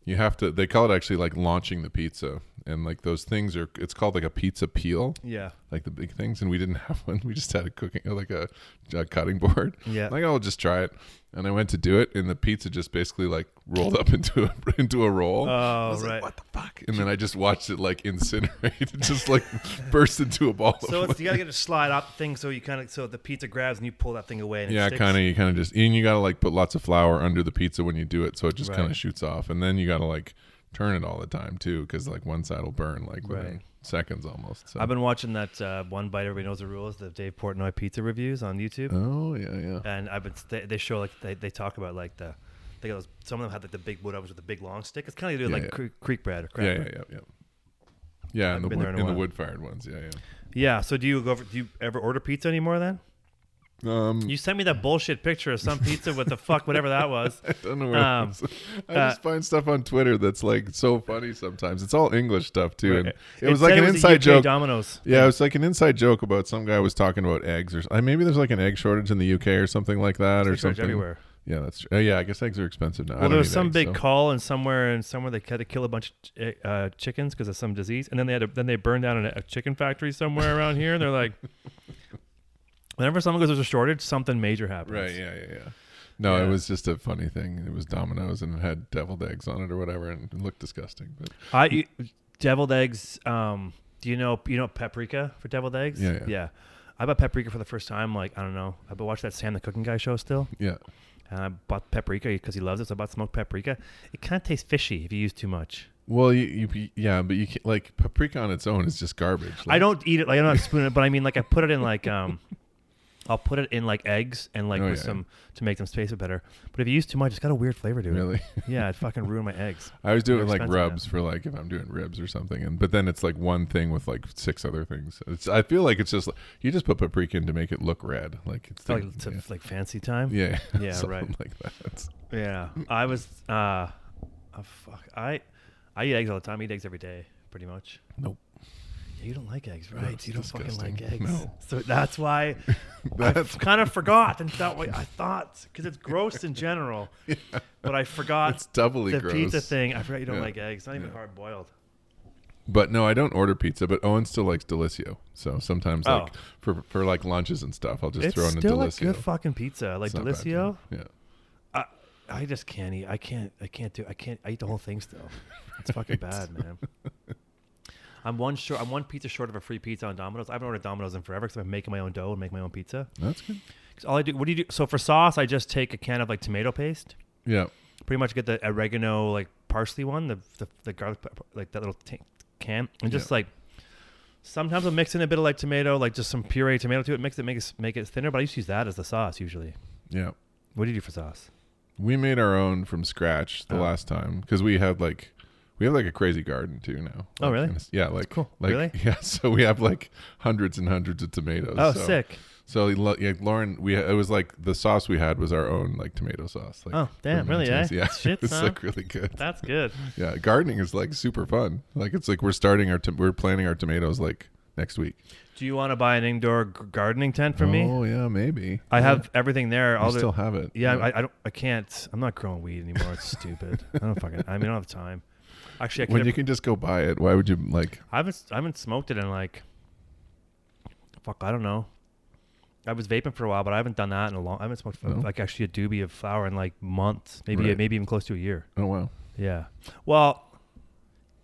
you have to. They call it actually like launching the pizza, and like those things are. It's called like a pizza peel,
Yeah.
like the big things. And we didn't have one. We just had a cooking like a, a cutting board.
Yeah.
Like I'll just try it, and I went to do it, and the pizza just basically like rolled up into a, into a roll. I
oh
was
right.
like, what the fuck? And then I just watched it like incinerate. It just like burst into a ball.
so
of
it's, you gotta get a slide up thing, so you kind of so the pizza grabs and you pull that thing away. And
Yeah,
it
kind of. You kind of just and you gotta like put lots of flour under the pizza when you do it, so it just
Right.
kind of shoots off. And then you gotta like turn it all the time too, because like one side will burn like within
Right.
seconds almost. So.
I've been watching that uh, one bite. Everybody knows the rules. The Dave Portnoy pizza reviews on YouTube.
oh yeah, yeah.
and I've been they, they show like they, they talk about like the they got those some of them have like the big wood ovens with the big long stick. It's kind of like
Yeah,
like
yeah.
Cre- creek bread or crap.
yeah,
bread.
yeah, yeah, yeah. Yeah, and the
been
wood,
there in
in
a
the
while.
wood fired ones. Yeah, yeah.
Yeah, So do you go? For, do you ever order pizza anymore? Then
Um,
you sent me that bullshit picture of some pizza with the fuck whatever that was.
I don't know where.
Um,
it was. I
uh,
just find stuff on Twitter that's like so funny sometimes. It's all English stuff too, and it, was
said
like an
it a
inside
UK
joke.
Domino's.
Yeah, it was like an inside joke about some guy was talking about eggs or I- maybe there's like an egg shortage in the UK or something like that or
Eggs are
something.
everywhere.
Yeah, that's true. Uh, yeah, I guess eggs are expensive now. I
Well,
don't
there was
eat
some
eggs,
big
so-
call and somewhere and somewhere they had to kill a bunch of chi- uh, chickens because of some disease, and then they had to, then they burned down a, a chicken factory somewhere around here. And they're like, whenever someone goes there's a shortage, something major happens.
Right, yeah, yeah, yeah. No, it
Yeah.
was just a funny thing. It was Domino's and it had deviled eggs on it or whatever, and it looked disgusting. But
I eat deviled eggs. Um, do you know you know paprika for deviled eggs?
Yeah, yeah.
I bought paprika for the first time. Like I don't know. I've been watching that Sam the Cooking Guy show still,
yeah,
and I bought paprika because he loves it. So I bought smoked paprika. It kind of tastes fishy if you use too much.
well, you, you you- yeah, but you can, like paprika on its own is just garbage. Like,
I don't eat it like I'm not spooning it, but I mean like I put it in like um, I'll put it in like eggs and like
Oh,
with
yeah.
some to make them taste it better. But if you use too much, it's got a weird flavor to it.
really.
Yeah, it fucking ruined my eggs.
I always do it
They're
with like
expensive now.
rubs for like if I'm doing ribs or something, and but then it's like one thing with like six other things. It's, I feel like it's just like, you just put paprika in to make it look red, like it's
It's like,
the-
it's a-
yeah.
like fancy time.
Yeah.
Yeah,
something
right.
Like that.
Yeah, I was. Uh, oh, fuck. I I eat eggs all the time. I eat eggs every day, pretty much.
Nope.
Yeah, you don't like eggs,
No,
right?
it's
you don't fucking like
disgusting.
eggs.
No.
So that's why I
That's-
kind of forgot and thought wait, I thought because it's gross in general, but I forgot
It's doubly
the
gross.
pizza thing. I forgot you don't
Yeah,
like eggs. Not even
yeah.
hard boiled.
But no, I don't order pizza. But Owen still likes Delicio, so sometimes
Oh.
like for for like lunches and stuff, I'll just
it's
throw in
still
a
a
Delicio.
good fucking pizza. Like
It's not bad,
Delicio,
Yeah.
I, I just can't eat. I can't. I can't do. I can't. I eat the whole thing still. It's fucking
Right.
bad, man. I'm one short. I'm one pizza short of a free pizza on Domino's. I haven't ordered Domino's in forever because I'm making my own dough and make my own pizza.
That's good.
'Cause all I do. What do you do? So for sauce, I just take a can of like tomato paste.
Yeah.
Pretty much get the oregano like parsley one, the the, the garlic pepper, like that little t- can, and just
Yeah.
like. Sometimes I'll mix in a bit of like tomato, like just some puree tomato to it. Mix it, make it make it thinner. But I just use that as the sauce usually.
Yeah.
What do you do for sauce?
We made our own from scratch the
Oh.
last time because we had like we have like a crazy garden too now.
Oh,
Like,
really?
and it's- yeah, like
cool.
Like,
Really?
Yeah. So we have like hundreds and hundreds of tomatoes.
Oh,
so,
sick!
So yeah, Lauren, we it was like the sauce we had was our own like tomato sauce. Like,
Oh, damn, really, eh?
fermented- Yeah.
Shit,
it's
son.
like really good.
That's good.
Yeah, gardening is like super fun. Like it's like we're starting our tom- we're planting our tomatoes like next week.
Do you want to buy an indoor g- gardening tent for me?
Oh yeah, maybe.
I
Yeah.
have everything there.
I
All the
still have it.
yeah, I, I don't. I can't. I'm not growing weed anymore. It's stupid. I don't fucking. I mean, I don't have time. Actually, I could.
when
have-
you can just go buy it, why would you like?
I haven't. I haven't smoked it in like. Fuck, I don't know. I was vaping for a while, but I haven't done that in a long. I haven't smoked
No?
like actually a doobie of flower in like months, maybe
Right.
maybe even close to a year.
Oh wow.
Yeah. Well,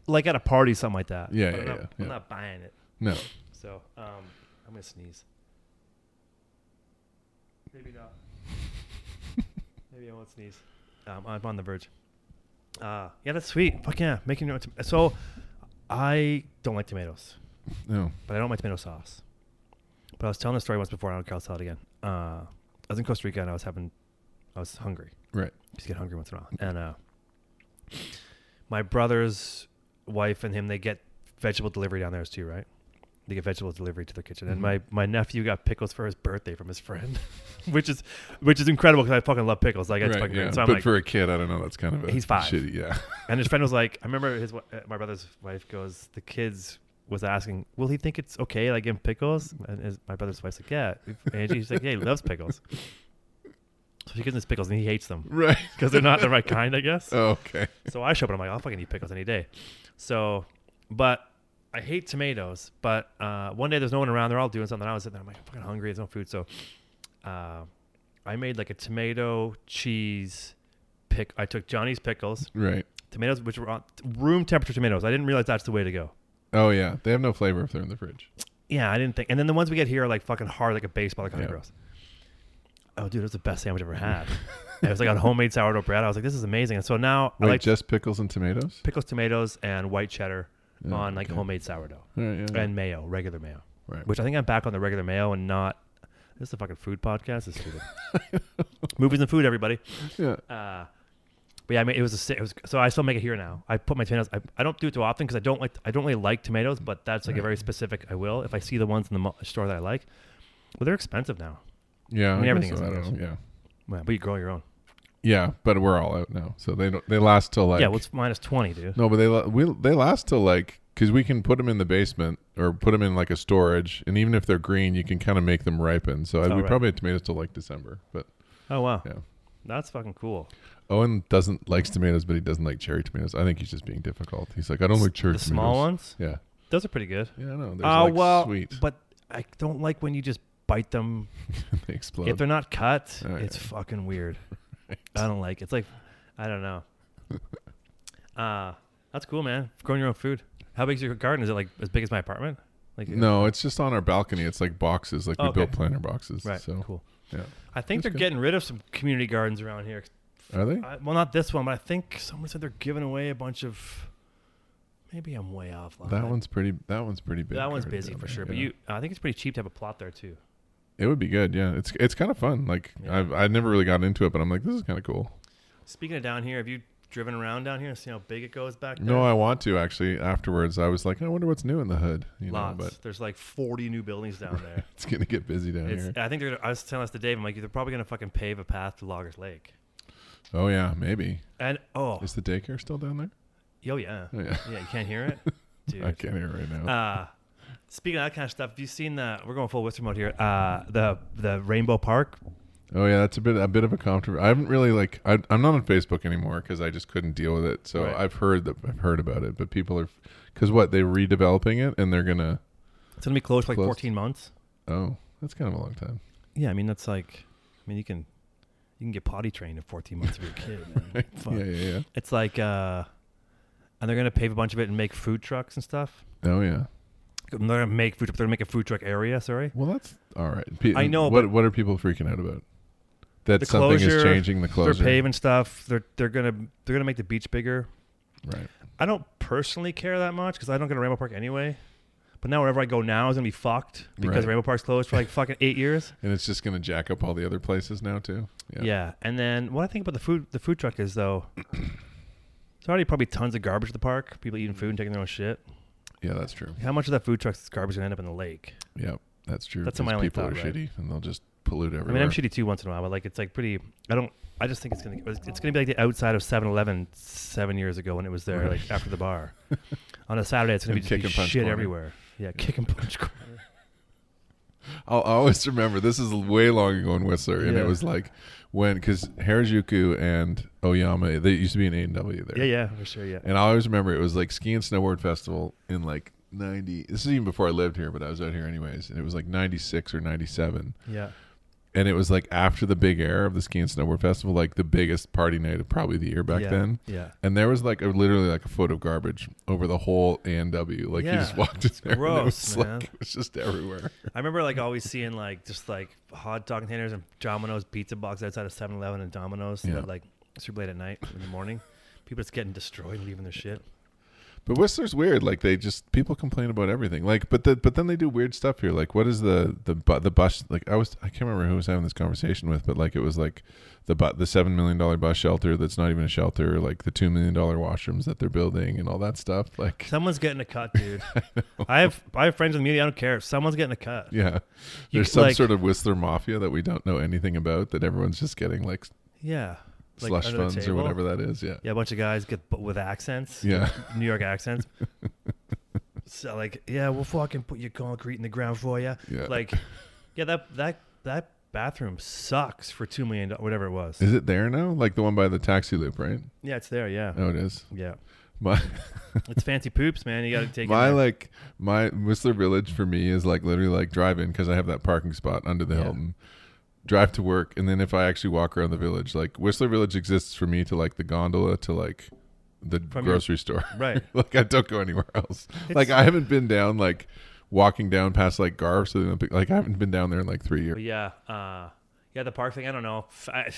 like at a party, something like that.
Yeah,
But I'm
yeah,
not,
yeah,
I'm
yeah.
not buying it.
No.
So um, I'm gonna sneeze. Maybe not. Maybe I won't sneeze. Um, I'm on the verge. Uh, yeah, that's sweet. Fuck yeah, making your own. Tom- so I don't like tomatoes,
No.
but I don't like tomato sauce. But I was telling this story once before. and I don't care. I'll tell it again. Uh, I was in Costa Rica and I was having, I was hungry.
Right.
Just get hungry once in a while. And uh, my brother's wife and him, they get vegetable delivery down there too, right? They get vegetable delivery to their kitchen. And
Mhm.
my my nephew got pickles for his birthday from his friend, which is which is incredible because I fucking love pickles. Like I
Right,
fucking
yeah.
so I'm
but
like,
for a kid, I don't know. That's kind of a
He's five.
Shitty, yeah.
and his friend was like, I remember his wi- uh, my brother's wife goes, the kids was asking, will he think it's okay like give him pickles? And his, my brother's wife's like, yeah. And she's like, yeah, he loves pickles. So she gives him his pickles and he hates them
right.
because they're not the right kind, I guess.
Oh, okay.
So I show up and I'm like, I'll fucking eat pickles any day. So, but I hate tomatoes. But uh, one day there's no one around. They're all doing something. I was sitting there. I'm like, I'm fucking hungry. There's no food. So uh, I made like a tomato cheese pick. I took Johnny's pickles,
Right.
tomatoes, which were on room temperature tomatoes. I didn't realize that's the way to go.
Oh yeah. They have no flavor if they're in the fridge.
Yeah, I didn't think. And then the ones we get here are like fucking hard, like a baseball, like kind
Yeah.
of gross. Oh, dude, it was the best sandwich I've ever had. it was like on homemade sourdough bread. I was like, this is amazing. And so now
Wait,
I like
just pickles and tomatoes?
pickles, tomatoes, and white cheddar
Yeah,
on like
Mm, okay.
homemade sourdough
All right, yeah, yeah.
and mayo, regular mayo.
Right.
Which I think I'm back on the regular mayo and not. This is a fucking food podcast. This is stupid. Movies and food, everybody.
yeah.
Uh, but yeah, I mean, it was a. si- It was, so I still make it here now. I put my tomatoes. I, I don't do it too often because I don't like. I don't really like tomatoes, but that's like a very specific. I will if I see the ones in the mo- store that I like. Well, they're expensive now.
Yeah.
mean,
guess
everything
so.
is
I
in
don't know. Yeah.
Well, But you grow your own.
Yeah, but we're all out now, so they don't. They last till like
yeah, what's minus twenty, dude?
No, but they la- we they last till like because we can put them in the basement or put them in like a storage, and even if they're green, you can kind of make them ripen. So I
Oh,
we
right.
probably had tomatoes till like December. But
Oh wow,
Yeah.
that's fucking cool.
Owen doesn't likes tomatoes, but he doesn't like cherry tomatoes. I think he's just being difficult. He's like, I don't like cherry
the
tomatoes.
small ones,
Yeah,
those are pretty good.
yeah, I know. They're
Oh
like
well,
sweet.
but I don't like when you just bite them
they explode.
if they're not cut.
Oh,
it's
yeah.
fucking weird. I don't like. It's like I don't know. Uh that's cool, man. Growing your own food. How big is your garden? Is it like as big as my apartment? Like
no, it's just on our balcony. It's like boxes, like
Oh,
we
okay.
built planter boxes.
right?
So
cool.
yeah,
I think
That's
they're
good.
getting rid of some community gardens around here.
are they?
I, well, not this one, but I think someone said they're giving away a bunch of. Maybe I'm way off. on
that one's pretty. That one's pretty big.
that one's
already
busy
down
for
there,
sure. But
yeah.
you, I think it's pretty cheap to have a plot there too.
It would be good, yeah. It's it's kind of fun. Like
Yeah.
I've I never really got into it, but I'm like, this is kind of cool.
Speaking of down here, have you driven around down here and seen how big it goes back there?
No, I want to actually. Afterwards, I was like, I wonder what's new in the hood. You
Lots.
know, but
There's like 40 new buildings down there.
it's gonna get busy down
It's,
here.
I think they're. Gonna, I was telling this to Dave. I'm like, they're probably gonna fucking pave a path to Loggers Lake.
Oh yeah, maybe.
And oh,
Is the daycare still down there?
yo, yeah,
Oh, yeah,
yeah. You can't hear it, dude.
I can't hear right now.
Uh, speaking of that kind of stuff, have you seen the? We're going full whisper mode here. Uh, the the Rainbow Park.
oh yeah, that's a bit a bit of a controversy. I haven't really like I, I'm not on Facebook anymore because I just couldn't deal with it. So
Right.
I've heard that I've heard about it, but people are because what they're redeveloping it and they're gonna.
It's gonna be closed for like
Closed.
14 months.
Oh, that's kind of a long time.
Yeah, I mean that's like, I mean you can, you can get potty trained at 14 months if you're a kid. Man. Fuck.
Yeah, yeah, yeah.
It's like, uh, and they're gonna pave a bunch of it and make food trucks and stuff.
Oh yeah.
They're gonna make food. They're gonna make a food truck area. Sorry.
Well, that's all right. Pe-
I know,
What
but-
What are people freaking out about? That
The
something
closure,
is changing the closure.
They're paving stuff. They're they're gonna they're gonna make the beach bigger.
Right.
I don't personally care that much because I don't go to Rainbow Park anyway. But now wherever I go now is gonna be fucked because
Right.
Rainbow Park's closed for like fucking eight years.
And it's just going to jack up all the other places now too.
Yeah. And then what I think about the food the food truck is though, there's already probably tons of garbage at the park. People eating food and taking their own shit.
Yeah, that's true.
How much of that food truck's garbage gonna end up in the lake?
Yeah, that's true.
That's my
because
only
people
thought,
are
right?
shitty and they'll just pollute everywhere.
I mean, I'm shitty too once in a while, but like it's like pretty. I don't. I just think it's gonna it's gonna be like the outside of 7-Eleven seven years ago when it was there,
Right.
like after the bar. On a Saturday, it's gonna be
And
just
kick
be
and punch
shit
corner.
everywhere. Yeah, kick and punch corner.
I'll always remember this is way long ago in Whistler, and
Yeah.
it was like when because Harajuku and Oyama they used to be an A and W there.
Yeah, yeah, for sure. Yeah,
And I always remember it was like ski and snowboard festival in like ninety. This is even before I lived here, but I was out here anyways, and it was like ninety six or ninety seven.
yeah.
and it was like after the big air of the ski and snowboard festival, like the biggest party night of probably the year back
yeah,
then.
Yeah.
And there was like a, literally like a foot of garbage over the whole A and W. Like you
Yeah,
just walked in
it's
there, and it
gross,
was
man.
like it was just everywhere.
I remember like always seeing like just like hot dog containers and Domino's pizza box outside of 7-Eleven and Domino's
Yeah.
at, like super late at night in the morning. People just getting destroyed and leaving their shit.
But Whistler's weird. Like they just people complain about everything. Like, but the, but then they do weird stuff here. Like, what is the the bu- the bus? Like, I was I can't remember who I was having this conversation with, but like it was like the bu- the seven million dollar bus shelter that's not even a shelter. Like the two million dollar washrooms that they're building and all that stuff. Like,
Someone's getting a cut, dude. I have I have friends in the media. I don't care. Someone's getting a cut.
yeah,
You
there's
c-
some
like-
sort of Whistler mafia that we don't know anything about that everyone's just getting like,
Yeah. Like,
slush
under the
funds or
table.
whatever that is. Yeah,
Yeah, a bunch of guys get but with accents.
yeah.
New York accents. so like, yeah, we'll fucking put your concrete in the ground for you.
Yeah.
Like, yeah, that that that bathroom sucks for two million dollars, whatever it was.
Is it there now? Like the one by the taxi loop, right?
yeah, it's there. Yeah,
Oh, it is.
yeah,
My
it's fancy poops, man. You got to take it
my
there.
like my Whistler Village for me is like literally like drive in because I have that parking spot under the
Yeah.
Hilton. Drive to work, and then if I actually walk around the village, like Whistler Village exists for me to like the gondola to like the
From your-
grocery store.
right.
like I don't go anywhere else. like
It's-
I haven't been down like walking down past like Garves to the Olympic. Like I haven't been down there in like three
But
years.
yeah, uh, yeah, the park thing. I don't know. F- I,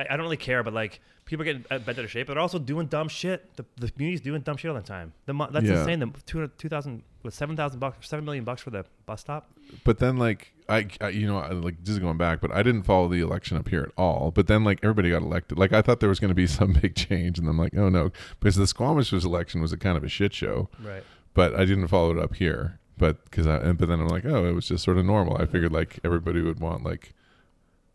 I- I don't really care, but like people are getting uh, bent out of shape, but they're also doing dumb shit. The, the community's doing dumb shit all the time. The mo- that's
Yeah.
insane. The two two thousand was seven thousand bucks, seven million bucks for the bus stop.
But then like I, I you know I, like just going back, but I didn't follow the election up here at all. But then like everybody got elected. Like I thought there was going to be some big change, and I'm like, oh no, because the Squamish's election was a kind of a shit show.
Right.
but I didn't follow it up here. But because I, and- but then I'm like, oh, it was just sort of normal. I figured like everybody would want like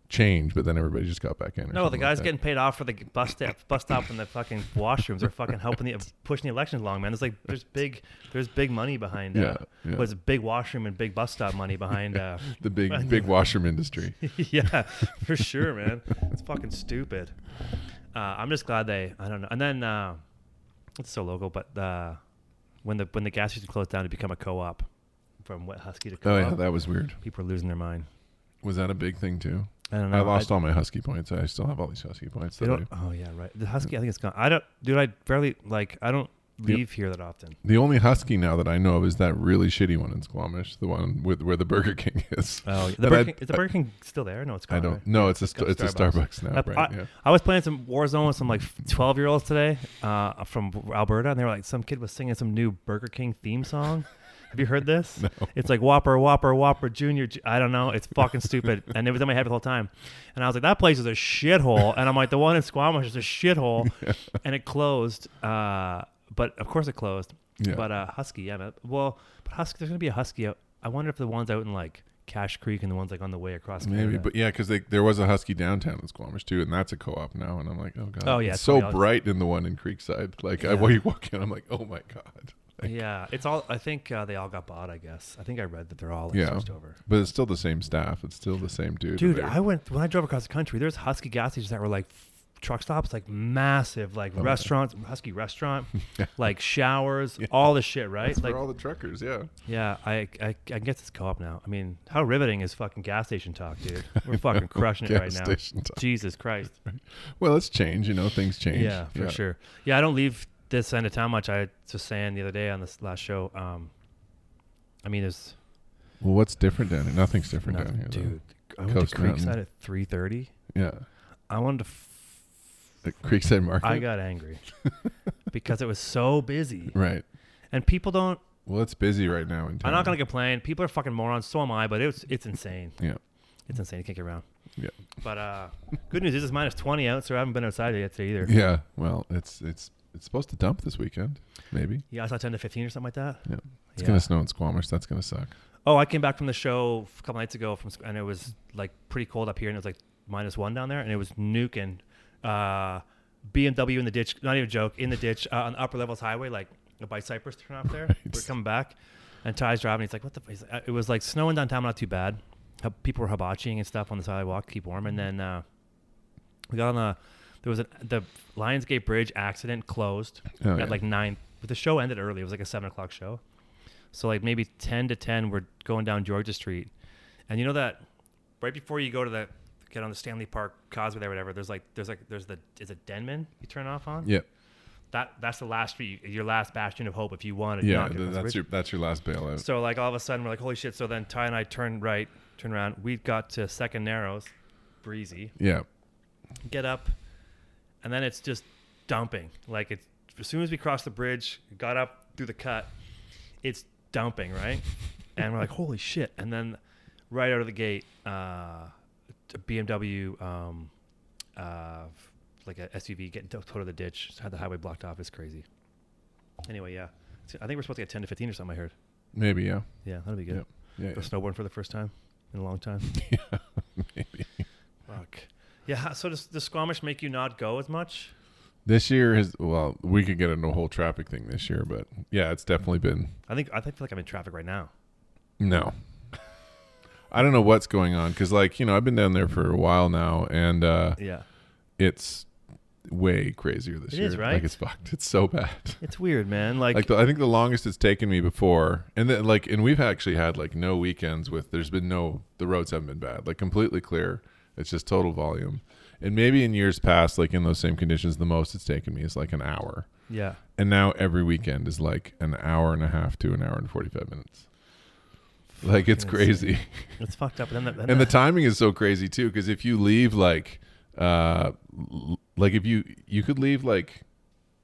change, but then everybody just got back in.
No,
or
the
something like
guys
that.
getting paid off for the bus stop, bus stop, and the fucking washrooms are fucking helping the pushing the elections along, man. There's like there's big there's big money behind. Uh,
Yeah, yeah.
Was big washroom and big bus stop money behind. Uh,
the big big washroom industry.
yeah, for sure, man. It's fucking stupid. Uh, I'm just glad they. I don't know. And then uh, it's so local, but uh, when the when the gas station closed down to become a co-op from Wet Husky to
Oh
co-op,
yeah, that was weird.
people are losing their mind.
Was that a big thing too?
I don't know.
I lost all my husky points. I still have all these husky points.
They
That I,
don't, oh yeah, right. The Husky, I think it's gone. I don't, dude. I barely like. I don't leave here that often.
the only husky now that I know of is that really shitty one in Squamish, the one with where the Burger King is.
Oh, the
And
Burger
I-
King, is the Burger King still there? No, it's gone.
I
right?
don't. No, it's a st-
got
it's a
Starbucks.
Starbucks
I,
now. Right?
I-
Yeah.
I was playing some Warzone with some like 12 year olds today uh, from Alberta, and they were like, some kid was singing some new Burger King theme song. Have you heard this? It's like Whopper, Whopper, Whopper Junior. Ju- I don't know. It's fucking stupid, and it was in my head the whole time. And I was like, that place is a shithole. And I'm like, the one in Squamish is a shithole, and it closed. Uh, but of course it closed.
Yeah.
But uh, Husky, yeah. but- Well, but Husky, there's gonna be a Husky. out- I wonder if the ones out in like Cache Creek and the ones like on the way across.
Maybe,
Canada.
but yeah, because there was a Husky downtown in Squamish too, and that's a co-op now. And I'm like, oh god,
Oh, yeah,
it's
it's
so
probably all-
bright in the one in Creekside. Like I,
Yeah.
while you walk in, I'm like, oh my god. Like,
Yeah, it's all. I think uh, they all got bought. I guess. I think I read that they're all like,
Yeah.
switched over.
But it's still the same staff. It's still the same dude.
Dude,
They're-
I went when I drove across the country. There's Husky gas stations that were like f- truck stops, like massive, like
yeah.
restaurants, Husky restaurant, like showers, all this shit, right?
it's
like,
for all the truckers. Yeah,
yeah, I, I I guess it's co-op now. I mean, how riveting is fucking gas station talk, dude? We're fucking crushing it
Gas
right now.
station talk.
Jesus Christ.
Well, it's change. You know, things change.
Yeah, for sure. Yeah, I don't leave this end of town much. I was saying the other day on this last show. Um, I mean, there's
Well, what's different down here? Nothing's different
No,
down here, though.
dude. I went
Coast
to
Mountain.
Creekside at three thirty.
Yeah,
I wanted to. F-
the Creekside Market.
I got angry because it was so busy,
right.
and people don't.
Well, it's busy right now in town.
I'm not gonna complain. People are fucking morons. So am I. But it's it's insane.
Yeah,
It's insane. You can't get around.
yeah,
But uh, good news is it's minus twenty out, so I haven't been outside yet today either.
yeah. Well, it's it's it's supposed to dump this weekend. Maybe.
Yeah, I saw ten to fifteen or something like that.
Yeah. It's
Yeah.
gonna snow in Squamish. That's gonna suck.
Oh, I came back from the show a couple nights ago from, sc- and it was like pretty cold up here, and it was like minus one down there, and it was nuking. Uh, BMW in the ditch, not even a joke, in the ditch uh, on the upper levels highway, like by Cypress turn off there. We're coming back, and Ty's driving. He's like, "What the?" f-" He's like, it was like snowing downtown, not too bad. Hub- People were hibachiing and stuff on the sidewalk, keep warm, and then uh, we got on the. There was a, the Lionsgate Bridge accident closed
Oh,
at
yeah.
like nine, but the show ended early. It was like a seven o'clock show. So like maybe ten to ten, we're going down Georgia Street, and you know that right before you go to the get on the Stanley Park Causeway there, whatever. There's like there's like there's the is it Denman you turn off on?
Yeah.
That that's the last street, your last bastion of hope if you wanted.
Yeah,
not to
th-
cross the
that's
bridge.
your that's your last bailout.
So like all of a sudden we're like holy shit. So then Ty and I turn right, turn around. We got to Second Narrows, breezy.
yeah,
Get up, and then it's just dumping like it's as soon as we crossed the bridge, got up through the cut, it's dumping, right? and we're like, holy shit. And then right out of the gate, uh, a BMW, um, uh, like a SUV getting towed to the ditch, had the highway blocked off. It's crazy. Anyway, yeah. So I think we're supposed to get 10 to 15 or something, I heard.
Maybe, yeah.
Yeah, that'll be good.
Yep. Yeah.
Go snowboarding for the first time in a long time.
yeah. Maybe.
Fuck. Yeah, how- so does the Squamish make you not go as much?
This year is well, we could get into a whole traffic thing this year, but yeah, it's definitely been
I think I think feel like I'm in traffic right now.
No. I don't know what's going on because, like, you know, I've been down there for a while now, and uh,
Yeah.
it's way crazier this
It
year.
is, right?
Like, it's fucked. It's so bad.
It's weird, man. Like,
Like, the, I think the longest it's taken me before, and then like, and we've actually had like no weekends with. There's been no. The roads haven't been bad. Like completely clear. It's just total volume. And maybe in years past, like in those same conditions, the most it's taken me is like an hour.
yeah.
And now every weekend is like an hour and a half to an hour and forty five minutes. Like it's
Fucking insane.
crazy.
It's fucked up. And then, the, then
and the
the-
timing is so crazy too because if you leave like uh l- like if you you could leave like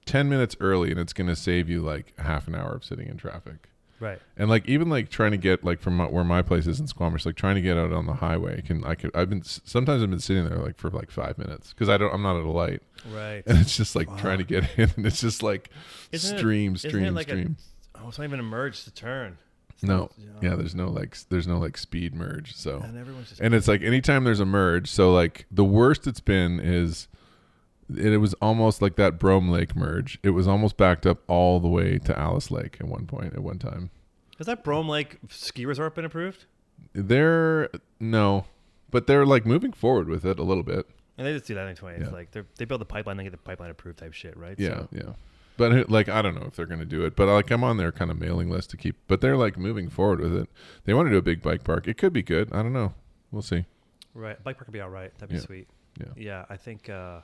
10 minutes early and it's going to save you like half an hour of sitting in traffic
right.
and like even like trying to get like from my, where my place is in Squamish like trying to get out on the highway can I could I've been sometimes I've been sitting there like for like 5 minutes cuz I don't I'm not at a light
Right.
and it's just like trying to get in and it's just like
Isn't it-
stream
isn't it
stream
like a-
stream
Oh, it's not even a merge to turn. It's
no
not-
yeah there's no like s- there's no like speed merge so
And everyone's just.
and it's like anytime there's a merge so like the worst it's been is it, it was almost like that brome lake merge it was almost backed up all the way to alice lake at one point at one time
has that Brome Lake ski resort been approved?
they're no but they're like moving forward with it a little bit
And they just do that anyway. It's
Yeah.
like they they build the pipeline, they get the pipeline approved type shit, right?
yeah
So,
yeah but it- like i don't know if they're going to do it but like i'm on their kind of mailing list to keep but they're like moving forward with it they want to do a big bike park it could be good i don't know we'll see
right. Bike park would be all right. That'd be
Yeah.
sweet.
Yeah.
Yeah. I think. Uh,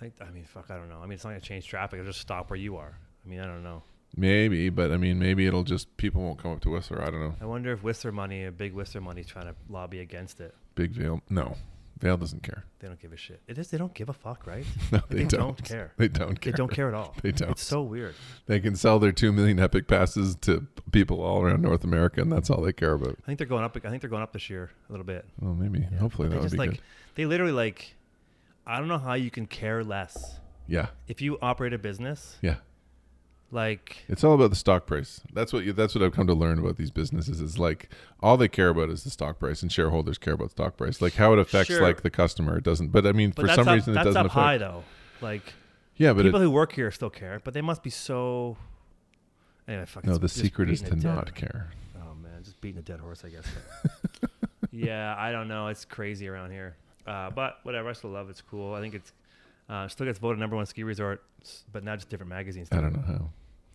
I, I mean, fuck. I don't know. I mean, it's not gonna change traffic. It'll just stop where you are. I mean, I don't know.
maybe but i mean maybe it'll just people won't come up to us or i don't know
I wonder if Whistler money, a big Whistler money, is trying to lobby against it.
big veil no veil doesn't care
They don't give a shit. It is. They don't give a fuck, right?
No,
Like,
they, don't.
care.
They don't
They
care.
don't care at all.
They don't.
It's so weird.
They can sell their two million epic passes to people all around North America, and that's all they care about.
I think they're going up. I think they're going up this year a little bit.
Well, maybe,
Yeah.
hopefully,
But
that
they
would
like,
be good.
They literally like. I don't know how you can care less
Yeah,
if you operate a business.
yeah.
Like
It's all about the stock price. That's what you, that's what I've come to learn about these businesses. Is like all they care about is the stock price, and shareholders care about stock price. Like how it affects
Sure.
like the customer. It doesn't. But I mean,
but
for
that's
some
up,
reason, it
that's
doesn't
up
affect.
high though. Like
Yeah, but
people
it,
who work here still care, but they must be so. Anyway, fuck,
no.
it's
The
just
secret is to
beating a dead-
not care.
Oh man, just beating a dead horse, I guess. yeah, I don't know. It's crazy around here, uh, but whatever. I still love it. It's cool. I think it's uh, still gets voted number one ski resort, s- but now just different magazines.
I don't know how.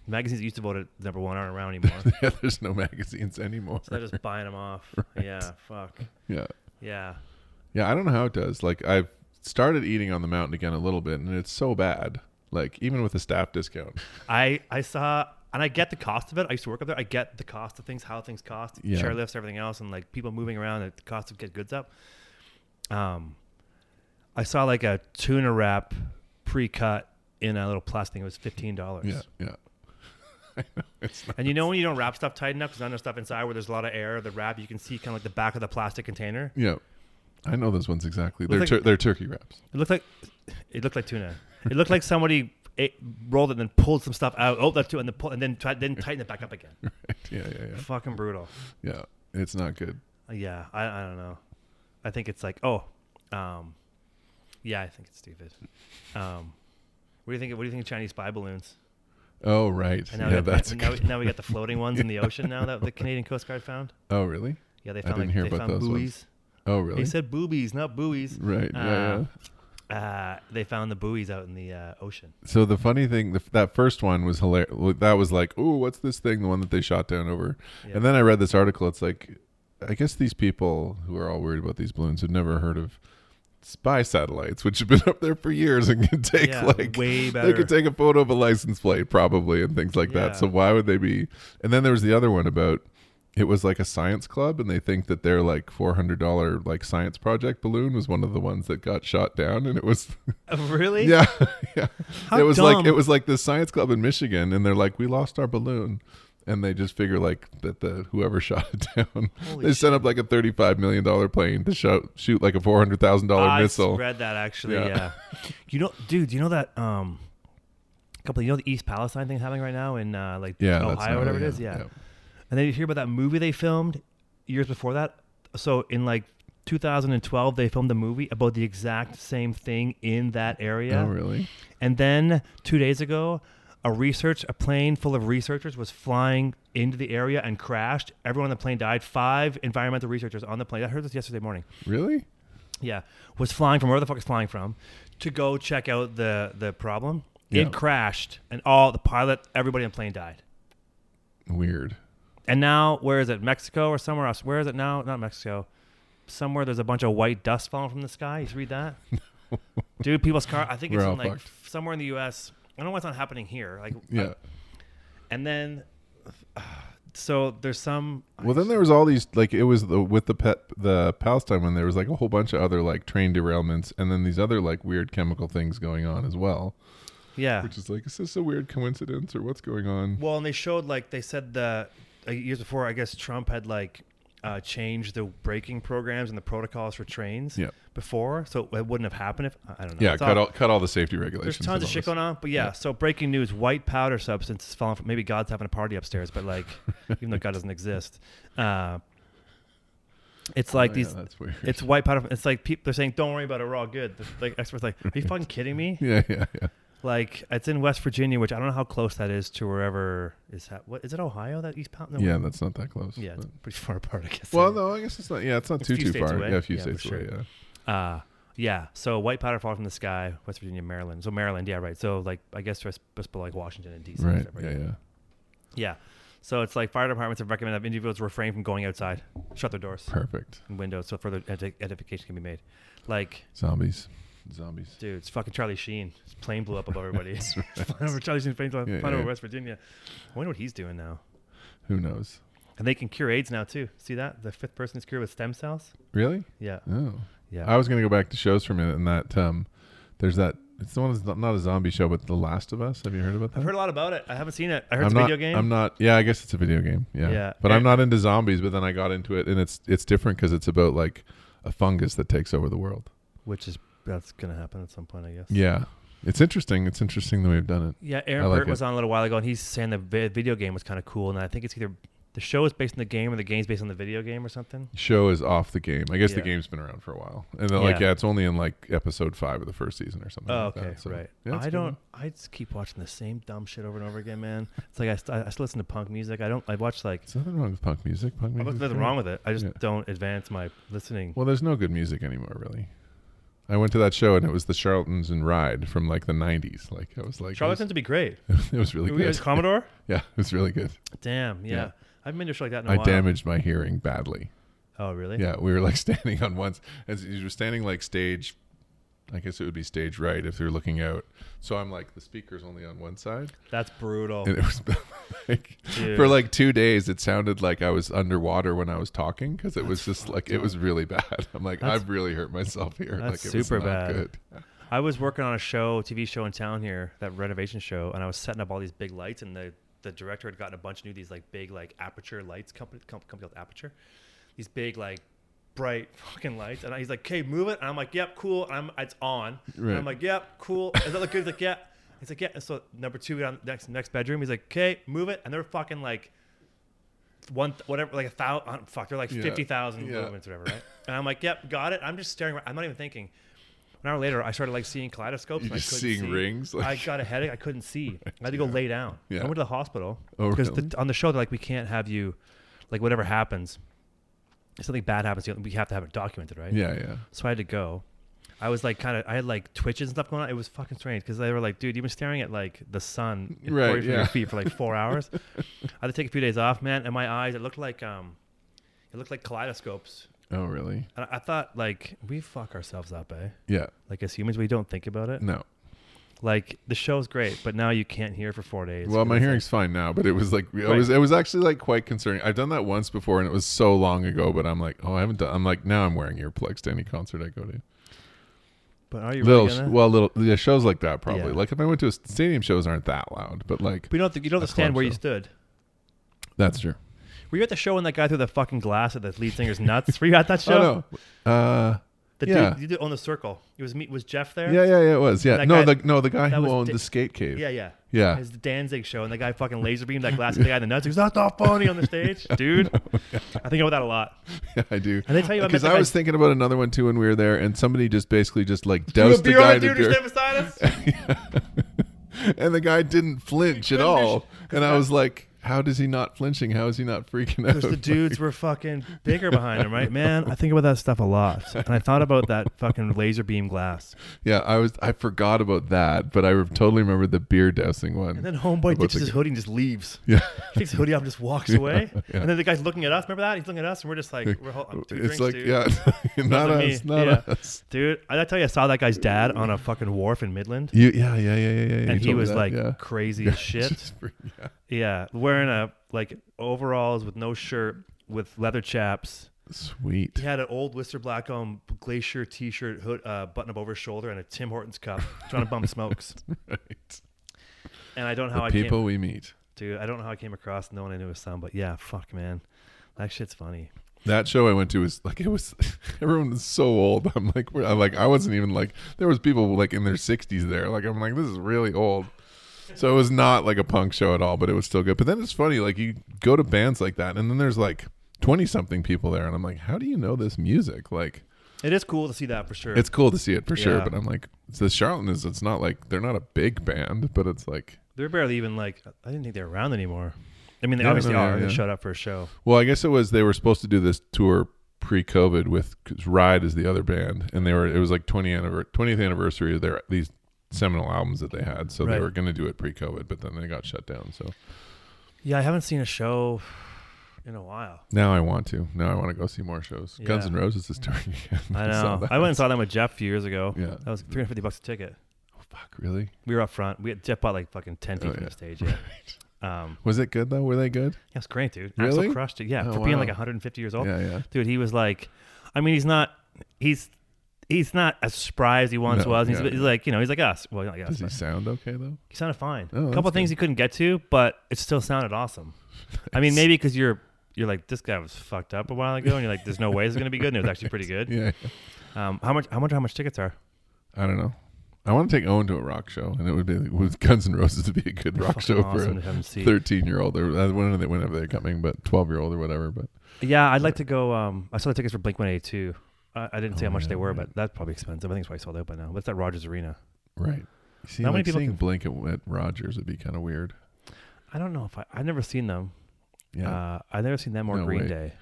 Magazines that used to vote it number one aren't around anymore.
yeah, there's no magazines anymore.
so they're just buying them off. Yeah, fuck.
yeah.
Yeah,
Yeah, I don't know how it does. Like I've started eating on the mountain again a little bit, and it's so bad. Like even with a staff discount.
I I saw. And I get the cost of it. I used to work up there. I get the cost of things, how things cost,
Yeah.
chair lifts, everything else, and like people moving around, the cost of get goods up. Um, I saw like a tuna wrap pre-cut in a little plastic thing. It was fifteen dollars.
Yeah, yeah. I know it's not.
And you know when you don't wrap stuff tight enough because I know stuff inside where there's a lot of air. The wrap you can see kind of like the back of the plastic container.
Yeah, I know those ones exactly. They're
Looks
tur-
like-
they're turkey wraps.
It looked like it looked like tuna. It looked like somebody ate, rolled it and then pulled some stuff out. Oh, that too, and then pull, and then tried, then tighten it back up again.
Right? Yeah, yeah, yeah,
Fucking brutal.
yeah. It's not good.
Yeah, I, I don't know. I think it's like oh, um, yeah, I think it's stupid. Um, what do you think? What do you think of Chinese spy balloons?
Oh right.
And now,
yeah,
we, got,
that's. a
now,
good-
now we got the floating ones in the ocean now that the Canadian Coast Guard found.
oh really?
Yeah, they
I
found
didn't
like
hear
they
about
found
those
buoys.
ones. Oh really?
They said boobies, not buoys.
right. Yeah,
uh,
yeah.
Uh, they found the buoys out in the uh, ocean.
So the funny thing, the, that first one was hilarious. That was like, oh, what's this thing? The one that they shot down over.
Yeah.
And then I read this article. It's like, I guess these people who are all worried about these balloons have never heard of spy satellites, which have been up there for years and can take
yeah,
like
way better.
they could take a photo of a license plate probably and things like
Yeah.
that. So why would they be? And then there was the other one about it was like a science club and they think that their like $400 like science project balloon was one of the ones that got shot down and it was
really?
yeah yeah
How
it was
dumb.
like it was like this science club in Michigan and they're like we lost our balloon and they just figure like that the whoever shot it down
Holy
they sent up like a 35 million dollar plane to shoot shoot like a $400,000
I
missile
read that actually. Yeah.
Yeah.
you know, dude. You know that um, couple. You know the East Palestine thing's happening right now in uh, like
yeah that's
Ohio,
not-
or whatever it is. Yeah. And then you hear about that movie they filmed years before that. So in like 2012, they filmed a movie about the exact same thing in that area.
oh really
And then two days ago, a research a plane full of researchers was flying into the area and crashed. Everyone on the plane died. Five environmental researchers on the plane. I heard this yesterday morning.
really
Yeah, was flying from where the fuck is flying from to go check out the the problem.
Yeah.
It crashed, and all the pilot, everybody on the plane died.
weird
And now, where is it? Mexico or somewhere else? Where is it now? Not Mexico. Somewhere there's a bunch of white dust falling from the sky. You should read that, dude. People's car. I think
We're
it's in
all
like
fucked.
f- somewhere in the U.S. I don't know what's not happening here. Like,
yeah
and then, so there's some.
Well, then there was all these like it was the with the pet the Palestine one. There was like a whole bunch of other like train derailments, and then these other like weird chemical things going on as well.
yeah.
Which is like, is this a weird coincidence or what's going on?
Well, and they showed like they said the uh, years before, I guess Trump had like uh, changed the braking programs and the protocols for trains
Yeah.
before, so it wouldn't have happened if I I don't know.
Yeah,
It's
cut all cut all the safety regulations.
There's tons
and
of
all
shit
this.
going on, but yeah, So breaking news: white powder substance is falling from. Maybe God's having a party upstairs, but like, even though God doesn't exist, uh, it's like
Oh,
these.
Yeah, that's weird.
It's white powder. It's like people they're saying, "Don't worry about it. We're all good." The, like experts, like, are you fucking kidding me?
yeah, yeah, yeah.
Like it's in West Virginia, which I don't know how close that is to wherever is that. What is it? Ohio? That East Pound? No,
Yeah, that's not that close.
yeah, it's
but-
pretty far apart, I guess.
Well, no, I guess it's not. Yeah, it's not
It's
too
a few
too
states
far.
away.
Yeah, a few
Yeah,
states
for
away.
sure.
Yeah.
Uh, yeah. So white powder falling from the sky, West Virginia, Maryland. So Maryland, yeah, right. So like I guess just, just below like Washington and D.C. and
Right.
stuff,
Yeah, yeah.
Yeah. So it's like fire departments have recommended that individuals refrain from going outside, shut their doors
Perfect.
and windows so further edi- edification can be made. Like,
Zombies. Zombies.
dude, it's fucking Charlie Sheen. His plane blew up above everybody. Flying over Charlie Sheen's plane, flying
Yeah,
over
yeah.
West Virginia. I wonder what he's doing now.
Who knows?
And they can cure AIDS now too. See that? The fifth person is cured with stem cells.
Really?
Yeah.
Oh.
Yeah.
I was going to go back to shows for a minute, and that um, there's that. It's the one that's not, not a zombie show, but The Last of Us. Have you heard about that?
I've heard a lot about it. I haven't seen it. I heard
I'm
it's a
not,
video game.
I'm not. Yeah, I guess it's a video game. Yeah.
Yeah.
But
And-
I'm not into zombies. But then I got into it, and it's it's different because it's about like a fungus that takes over the world.
Which is, that's going to happen at some point, I guess.
Yeah. It's interesting. It's interesting the way we've done it.
Yeah, Aaron
I like
Burt was
it.
on a little while ago, and he's saying the vi- video game was kind of cool. And I think it's either the show is based on the game, or the game's based on the video game, or something.
Show is off the game. I guess
Yeah.
the game's been around for a while, and they're like,
Yeah.
yeah, it's only in like episode five of the first season or something.
Oh,
like
okay,
that. So,
right.
yeah, it's
I
good.
don't. I just keep watching the same dumb shit over and over again, man. It's like I, st- I still listen to punk music. I don't. I watch like.
There's nothing wrong with punk music. Punk
I
music.
don't-
is
Oh, nothing
great.
wrong with it. I just
Yeah.
don't advance my listening.
Well, there's no good music anymore, really. I went to that show and it was the Charlatans and Ride from like the '90s. Like I was like,
Charlatans would be great.
It was, it was really
Who is
good.
Commodore?
Yeah, it was really good.
Damn. Yeah.
Yeah.
I've been to a show like that in a
I
while.
damaged my hearing badly.
Oh really?
Yeah, we were like standing on once as you were standing like stage. I guess it would be stage right if you're looking out. So I'm like the speaker's only on one side,
That's brutal.
and it was like
Oh. Dude.
for like two days. It sounded like I was underwater when I was talking because it was just like it was really bad. I'm like
That's-
I've really hurt myself here.
that's
like it was
super
not
bad.
Good.
I was working on a show, TV show in town here, that renovation show, and I was setting up all these big lights, and the, the director had gotten a bunch of new these like big like aperture lights company com- company called Aperture, these big like bright fucking lights, and I, he's like, "Okay, move it," and I'm like, "Yep, cool," and I'm it's on, and I'm
Right.
like, "Yep, cool." Does that look good? He's like, "Yeah." He's like, "Yeah." And so number two down next next bedroom, he's like, "Okay, move it," and they're fucking like one th- whatever like a thousand fuck they're like
Yeah.
fifty thousand
Yeah.
movements or whatever right and I'm like yep got it I'm just staring around. I'm not even thinking an hour later I started like seeing kaleidoscopes and I
You're just
couldn't
seeing
see.
rings, like-
I got a headache I couldn't see I had to go lay down
Yeah.
I went to the hospital
Oh,
because
really?
the, on the show they're like we can't have you like whatever happens if something bad happens to you, we have to have it documented right
Yeah, yeah.
so I had to go. I was like, kind of, I had like twitches and stuff going on. It was fucking strange because they were like, dude, you've been staring at like the sun in
Right,
40 from your
yeah.
feet for like four hours. I had to take a few days off, man. And my eyes, it looked like, um, it looked like kaleidoscopes.
Oh, really?
And I, I thought, like, we fuck ourselves up, eh?
Yeah. Mm.
Like as humans, we don't think about it.
No.
Like the show's great, but now you can't hear for four days.
well, my
It's
hearing's fine now, but it was like it
Right.
was it was actually like quite concerning. I've done that once before, and it was so long ago. But I'm like, oh, I haven't done. I'm like now I'm wearing earplugs to any concert I go to.
like, But are you
little,
really gonna?
well, little yeah, shows like that probably.
Yeah.
Like if I went to a stadium, shows aren't that loud, but like
but you don't. You don't
a
understand
club
where you
show.
stood.
that's true.
Were you at the show when that guy threw the fucking glass at the lead singer's nuts? Were you at that show?
Oh no, uh,
The
Yeah.
dude, the dude on the circle. It was me. Was Jeff there?
yeah, yeah, yeah, it was. Yeah,
That
no,
guy-
the no, the guy
that
who
was
owned
Di-
the skate cave.
Yeah, yeah.
yeah.
It's the Danzig show, and the guy fucking laser beamed that glass at the guy in the nuts. He goes, "That's not funny on the stage, dude."
Oh,
I think about that a lot.
Yeah, I do.
And they tell you about
because
that
I
guy-
was thinking about another one too when we were there, and somebody just basically just like
Threw
doused
a
the
beer on
guy
the
to
dude who's
beer,
standing beside us.
and the guy didn't flinch at
couldn't do
all. And I was like, "How does he not flinching? How is he not freaking out?"
Because the dudes were fucking bigger behind him, right? Man, I think about that stuff a lot. And I thought about that fucking laser beam glass.
yeah, I was. I forgot about that, but I re- totally remember the beer dousing one.
And then homeboy
About the
ditches his
g-
hoodie and just leaves.
yeah,
He takes his hoodie off and just walks away.
yeah.
And then the guy's looking at us. Remember that? He's looking at us, and we're just like, we're ho- two
it's
drinks,
like
dude.
yeah, not
Nothing
us,
me.
not
Yeah.
us.
Dude, I I tell you, I saw that guy's dad on a fucking wharf in Midland,
You, yeah, yeah, yeah, yeah, yeah. you
and
told
he
me
was
that,
like
yeah.
crazy as shit.
Just freak- yeah.
Yeah, wearing a like overalls with no shirt, with leather chaps.
sweet.
He had an old Whistler Blackcomb Glacier T-shirt, hood, uh, button up over his shoulder, and a Tim Hortons cup, trying to bump smokes.
Right.
And I don't know how I
the people
came,
we meet.
dude. I don't know how I came across knowing I knew his son, but yeah, fuck, man, that shit's funny.
That show I went to was like it was everyone was so old. I'm like we're- I'm like I wasn't even like there was people like in their 60s there. Like I'm like this is really old. So it was not like a punk show at all, but it was still good. But then it's funny like you go to bands like that and then there's like 20 something people there and I'm like how do you know this music? Like
It is cool to see that for sure.
it's cool to see it for sure,
Yeah.
but I'm like it's the Charlton is it's not like they're not a big band, but it's like
they're barely even like I didn't think they were around anymore. I mean, they
Yeah,
obviously
no,
are.
yeah, yeah.
They showed up for a show.
Well, I guess it was they were supposed to do this tour pre-COVID with 'cause Ride is the other band, and they were it was like 20 anniver- 20th anniversary of their these seminal albums that they had, so they
Right.
were going to do it pre-COVID, but then they got shut down. So
Yeah, I haven't seen a show in a while.
now I want to. Now I want to go see more shows. Guns
Yeah.
N' Roses is touring again.
I
saw
know.
that.
I went and saw them with Jeff a few years ago.
Yeah.
That was 350 bucks a ticket.
Oh, fuck, really?
We were up front. We had Jeff bought like fucking 10 feet
Oh,
from
yeah.
the stage. Yeah. Um,
Was it good though? Were they good?
yeah, it was great, dude.
Really?
Axel crushed it. Yeah,
Oh,
for being
wow.
like 150 years old.
Yeah, yeah.
Dude, he was like, I mean, he's not, he's, he's not as spry as he once
No,
was. He's,
yeah.
he's like, you know, he's like us. Well, not like us.
Does he
But
sound okay though?
he sounded fine. a
Oh,
couple
that's
things he couldn't get to, but it still sounded awesome. I mean, maybe because you're, you're like, this guy was fucked up a while ago, and you're like, there's no way this is going to be good, and it was actually pretty good.
Yeah.
Um, how much, I wonder how much tickets are.
I don't know. I want to take Owen to a rock show, and it would be with Guns N' Roses to be a good rock
Fucking
show for
awesome to
a
have him see.
thirteen year old or uh, when- whenever they're coming, but twelve year old or whatever. But
Yeah, I'd like to go. Um, I saw the tickets for Blink One Eighty Two. I, I didn't see
Oh,
how much
yeah,
they were,
right.
but that's probably expensive. I think it's probably sold out by now. What's that Rogers Arena?
right, You see,
How
like
many people
seeing
can-
Blink at, at Rogers would be kind of weird.
I don't know if I. I've never seen them.
Yeah,
Uh, I've never seen them or
No
Green
way.
Day.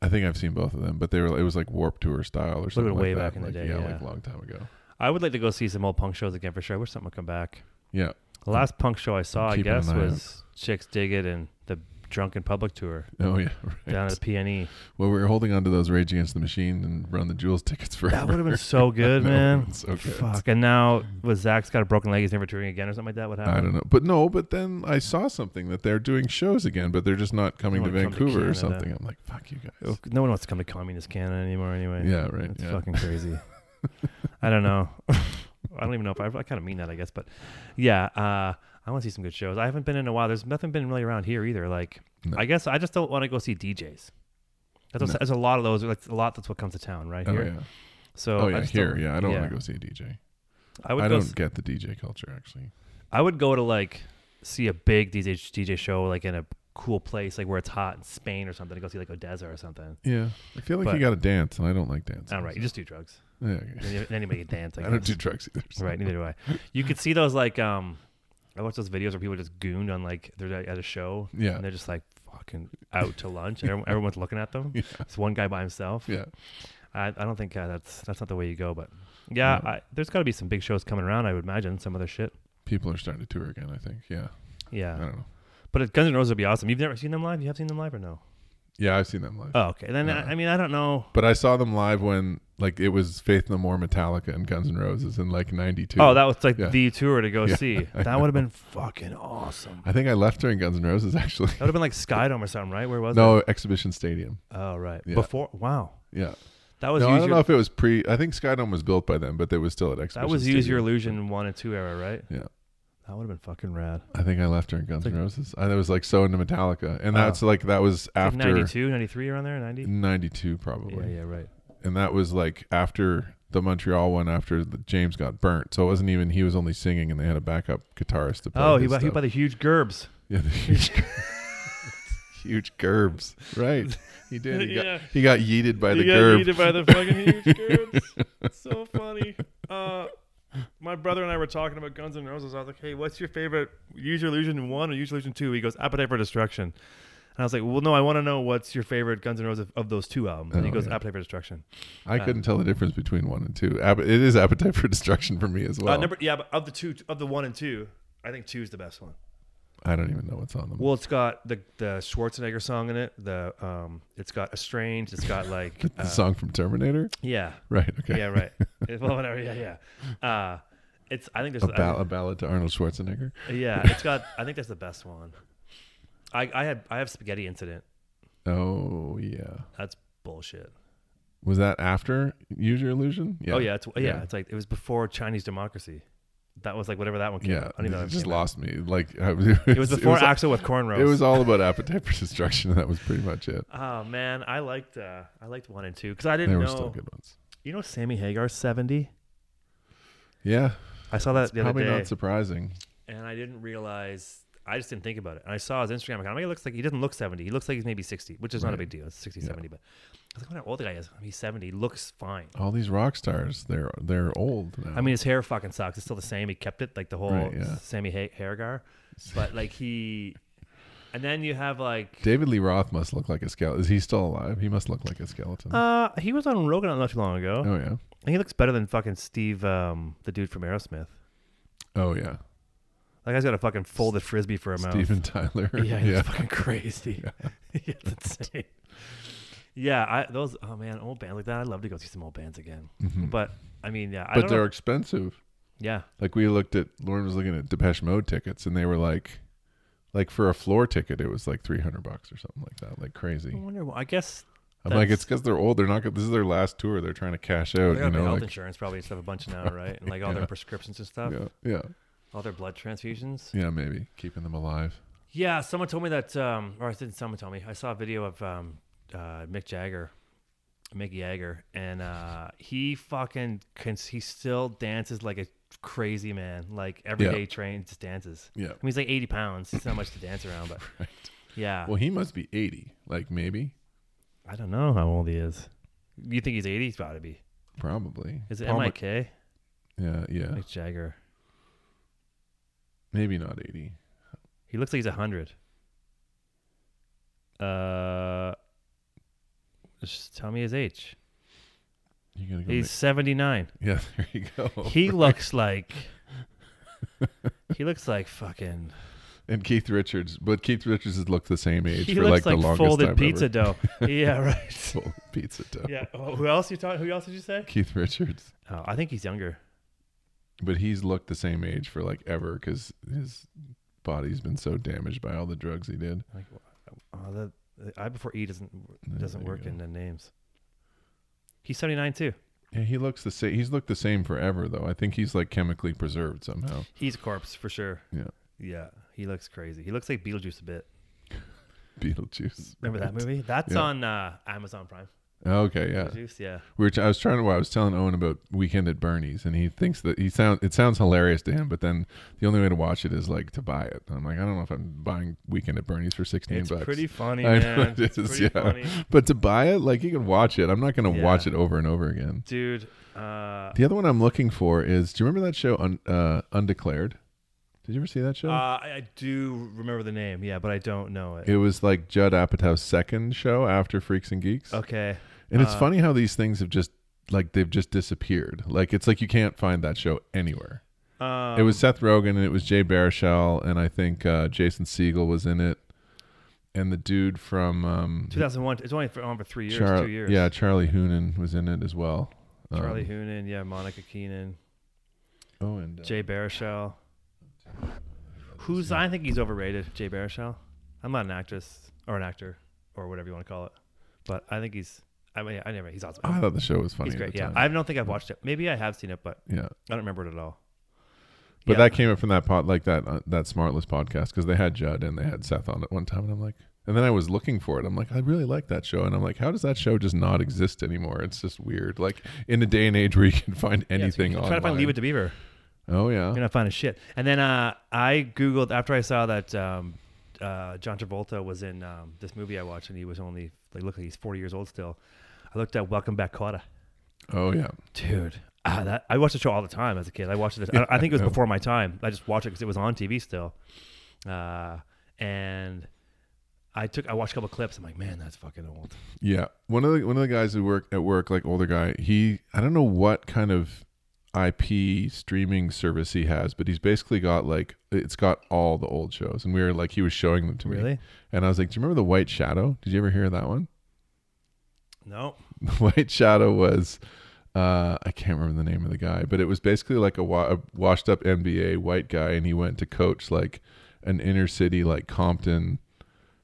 I think I've seen both of them, but they were it was like Warp Tour style or something.
way
like that.
back in the
Like,
day,
like
yeah.
a long time ago.
I would like to go see some old punk shows again for sure. I wish something would come back.
Yeah,
The last punk show I saw, I
Keeping an
guess,
eye out.
was Chicks Dig It and the Drunken Public Tour
oh yeah,
down
right.
at the E. PNE.
Well, we were holding on to those Rage Against the Machine and Run the Jewels tickets for
That would have been so good,
That would've
man.
been so good.
Fuck. And now, was Zach's got a broken leg? He's never touring again or something like that? What happened?
I don't know, but no, but then I saw something that they're doing shows again, but they're just not coming to
wanna come to
Vancouver or
Canada.
something. I'm like, fuck you guys.
No one wants to come to communist Canada anymore, anyway.
Yeah, right.
It's
yeah.
fucking crazy. I don't know. I don't even know if I, I kind of mean that, I guess. But yeah, uh, I want to see some good shows. I haven't been in a while. There's nothing been really around here either. Like,
No.
I guess I just don't want to go see DJs. That's what's,
No.
There's a lot of those. Like, a lot that's what comes to town right
Oh
here.
yeah.
So
Oh
I
yeah.
just
Here, yeah. I don't
yeah.
want to go see a DJ.
I would
I
go.
don't
s-
get the DJ culture actually.
I would go to like see a big DJ DJ show like in a cool place like where it's hot in Spain or something. To go see like Odessa or something.
Yeah, I feel like
But-
you got to dance, and I don't like dancing.
All right, you just do drugs.
Yeah, okay.
And Anybody can dance. I,
I,
guess.
don't do drugs either. so-
Right, neither do I. You could see those like um, I watched those videos where people just gooned on like they're at a show
Yeah,
and they're just like fucking out to lunch. and everyone- Everyone's looking at them.
Yeah.
It's one guy by himself.
yeah.
I, I don't think uh, that's that's not the way you go. But yeah,
No.
I, there's got to be some big shows coming around. I would imagine some other shit.
People are starting to tour again. I think. Yeah. I
Yeah,
don't know.
but it- Guns N' Roses would be awesome. You've never seen them live? You have seen them live or no?
Yeah, I've seen them live,
Oh, okay. Then
No.
I, I mean I don't know.
but I saw them live when like it was Faith No More, Metallica, and Guns N' Roses in like '92.
Oh, that was like
Yeah.
the tour to go
Yeah,
see.
I
That would have been fucking awesome.
I think I left during Guns N' Roses actually.
That would have been like Skydome or something, right? Where was it?
No, Exhibition Stadium.
Oh, right.
Yeah.
Before, wow.
Yeah.
That was
No, I
use
don't
your,
know if it was pre. I think Skydome was built by then, but they was still at Exhibition.
that was Use Your
Stadium.
Illusion one and two era, right?
Yeah.
That would have been fucking rad.
I think I left during Guns N'
Like- Oh.
Roses. I was like so into Metallica, and that's like that was
Like
after
92, 93 around there, 90?
92 probably
Yeah, yeah, right.
and that was like after the montreal one after the james got burnt so it wasn't even he was only singing and they had a backup guitarist to play
Oh, he
his
bought, he
stuff.
bought the huge Gerbs.
yeah the huge huge gerbs right he did he,
Yeah.
got, he got yeeted by the
you got
gerb
yeeted by the fucking huge Gerbs. so funny. Uh, my brother and I were talking about Guns N' Roses. I was like, "Hey, what's your favorite Use Your Illusion one or Use Your Illusion two? He goes, "Appetite for Destruction." And I was like, "Well, no, I want to know what's your favorite Guns N' Roses of, of those two albums." And he
Oh,
goes,
yeah.
"Appetite for Destruction."
i couldn't tell the difference between one and two App- it is appetite for destruction for me as well
uh, number yeah, but of the two, of the one and two, I think two is the best one.
i don't even know what's on them
Well, it's got the the Schwarzenegger song in it. The um, it's got Estranged. It's got like
the
uh,
song from terminator
yeah,
right okay
yeah, right. well, whatever. Yeah, yeah. Uh, it's uh, I think there's
a,
I-
ball- a ballad to arnold schwarzenegger
Yeah, it's got. I think that's the best one. I I had I have spaghetti incident.
oh yeah
That's bullshit.
was that after use your illusion yeah
Oh yeah, it's yeah,
Yeah.
It's like it was before Chinese democracy. That was like whatever that one came.
Yeah,
out. I don't even know.
it
if
just
came out.
lost me. Like I was,
It was before
It was,
Axel with cornrows.
it was all about appetite for destruction, and that was pretty much it.
Oh man, I liked uh, I liked one and two because I
They
didn't
were still
know.
good ones.
You know, Sammy Hagar's seventy.
Yeah,
I saw that the other
probably
day,
not surprising.
and I didn't realize. I just didn't think about it. And I saw his Instagram account. I mean, he looks like he doesn't look seventy. He looks like he's maybe sixty, which is not a
Right.
big deal. It's 60,
Yeah.
70. But I was like, I wonder how old the guy is. I mean, he's seventy. He looks fine.
All these rock stars, they're they're old now.
I mean, his hair fucking sucks. It's still the same. He kept it like the whole
Right, yeah.
Sammy ha- Hagar, but like he, and then you have like
David Lee Roth must look like a skeleton. Is he still alive? He must look like a skeleton.
uh, he was on Rogan not too long ago,
oh yeah,
and he looks better than fucking Steve, um, the dude from Aerosmith.
oh yeah,
That guy's got a fucking folded frisbee for a mouth.
Steven Tyler.
Yeah, he's fucking crazy. yeah, it's insane. Yeah, I those oh man, old bands like that. I'd love to go see some old bands again.
Mhm.
But I mean, yeah, I
but
don't
they're
know.
expensive.
yeah,
Like we looked at, Lauren was looking at Depeche Mode tickets, and they were like, like for a floor ticket, it was like three hundred bucks or something like that, like crazy.
I wonder. I guess
I'm like,
That's-
it's because they're old. They're not. gonna- This is their last tour. They're trying to cash out.
they
Oh, You
got
know,
health
like,
insurance probably and stuff a bunch now, right? And like all
Yeah.
their prescriptions and stuff.
yeah, yeah,
All their blood transfusions.
yeah. Maybe keeping them alive.
Yeah, someone told me that, um, or I didn't. Someone told me I saw a video of um, uh, Mick Jagger, Mick Jagger, and uh, he fucking can, he still dances like a crazy man. Like every
Yeah.
day, train just dances.
Yeah.
I mean, he's like eighty pounds. It's not much to dance around, but
Right.
yeah,
Well, he must be 80. Like maybe,
I don't know how old he is. You think he's eighty? He's got to be.
probably.
Is it
Paul
Mik?
Mc- yeah, yeah.
Mick Jagger.
Maybe not 80.
He looks like he's hundred. Uh, just tell me his age.
You gotta go.
He's seventy nine.
make- yeah, there you go.
he looks like he looks like fucking
and Keith Richards, but Keith Richards has looked the same age
he
for
looks
like,
like,
the longest
folded
time
pizza
ever.
dough. Yeah, right.
Folded pizza dough.
yeah. Oh, who else you talk? Who else did you say?
Keith Richards,
Oh, I think he's younger.
but he's looked the same age for like ever because his body's been so damaged by all the drugs he did.
Like, oh, the, the I before E doesn't
There
doesn't
you
work
go.
in the names. He's seventy nine too.
Yeah, he looks the same. He's looked the same forever, though. I think he's like chemically preserved somehow.
He's a corpse for sure.
Yeah.
Yeah, he looks crazy. He looks like Beetlejuice a bit.
Beetlejuice.
Remember that
Right.
movie? That's
Yeah.
on uh, Amazon Prime.
Okay, yeah.
Beetlejuice, yeah.
We were t- I was trying to. I was telling Owen about Weekend at Bernie's, and he thinks that he sounds. It sounds hilarious to him, but then the only way to watch it is like to buy it. And I'm like, I don't know if I'm buying Weekend at Bernie's for sixteen
It's
bucks.
pretty funny,
I know
man.
it
it's
is,
pretty
yeah.
funny,
but to buy it, like you can watch it. I'm not going to
Yeah.
watch it over and over again.
dude. Uh,
The other one I'm looking for is. Do you remember that show Un- uh, Undeclared? Did you ever see that show?
Uh, I, I do remember the name, yeah, but I don't know it.
it was like Judd Apatow's second show after Freaks and Geeks.
okay.
And it's
Uh,
funny how these things have just like they've just disappeared. Like it's like you can't find that show anywhere.
Um,
it was Seth Rogen and it was Jay Baruchel and I think uh, Jason Siegel was in it, and the dude from um,
2001. It's only for, on for three years,
Char-
two years.
yeah Charlie Hoonan was in it as well. Um,
Charlie Hoonan, yeah, Monica Keenan,
Oh, and uh,
Jay Baruchel. Who's I think he's overrated, Jay Baruchel. I'm not an actress or an actor or whatever you want to call it, but I think he's. I mean, I never. He's awesome.
I thought the show was funny.
he's
at
great.
the
Yeah,
time.
I don't think I've watched it. Maybe I have seen it, but
yeah.
I don't remember it at all.
But
Yeah.
that came up from that pod, like that uh, that Smartless podcast, because they had Judd and they had Seth on at one time, and I'm like, and then I was looking for it. I'm like, I really like that show, and I'm like, how does that show just not exist anymore? It's just weird. Like in a day and age where you can find
Yeah, so
anything
you
on.
Try to find Leave It to Beaver.
Oh yeah,
You're not finding shit. And then uh, I googled after I saw that um, uh, John Travolta was in um, this movie I watched, and he was only like look like he's 40 years old still. I looked at Welcome Back, Kotter.
oh yeah.
Dude, ah, that, I watched the show all the time as a kid. I watched it. I, I think it was before my time. I just watched it because it was on TV still. Uh, and I took I watched a couple clips. I'm like, man, that's fucking old.
Yeah, one of the one of the guys who work at work, like older guy, he I don't know what kind of IP streaming service he has, but he's basically got like it's got all the old shows, and we were like he was showing them to me,
Really?
and I was like, do you remember the White Shadow? Did you ever hear that one?
No.
The White Shadow was. Uh, I can't remember the name of the guy, but it was basically like a, wa- a washed up NBA white guy, and he went to coach like an inner city, like Compton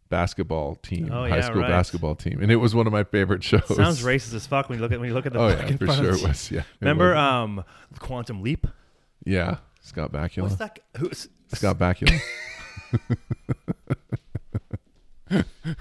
basketball team,
Oh,
high
yeah,
school
right.
basketball team, and it was one of my favorite shows.
Sounds racist as fuck when you look at when you look at the
Oh yeah,
fucking
for
front
sure
of
it was. Yeah, it
Remember
was.
um, Quantum Leap?
yeah, Scott
What's
Bakula.
that? Who's
Scott Bakula.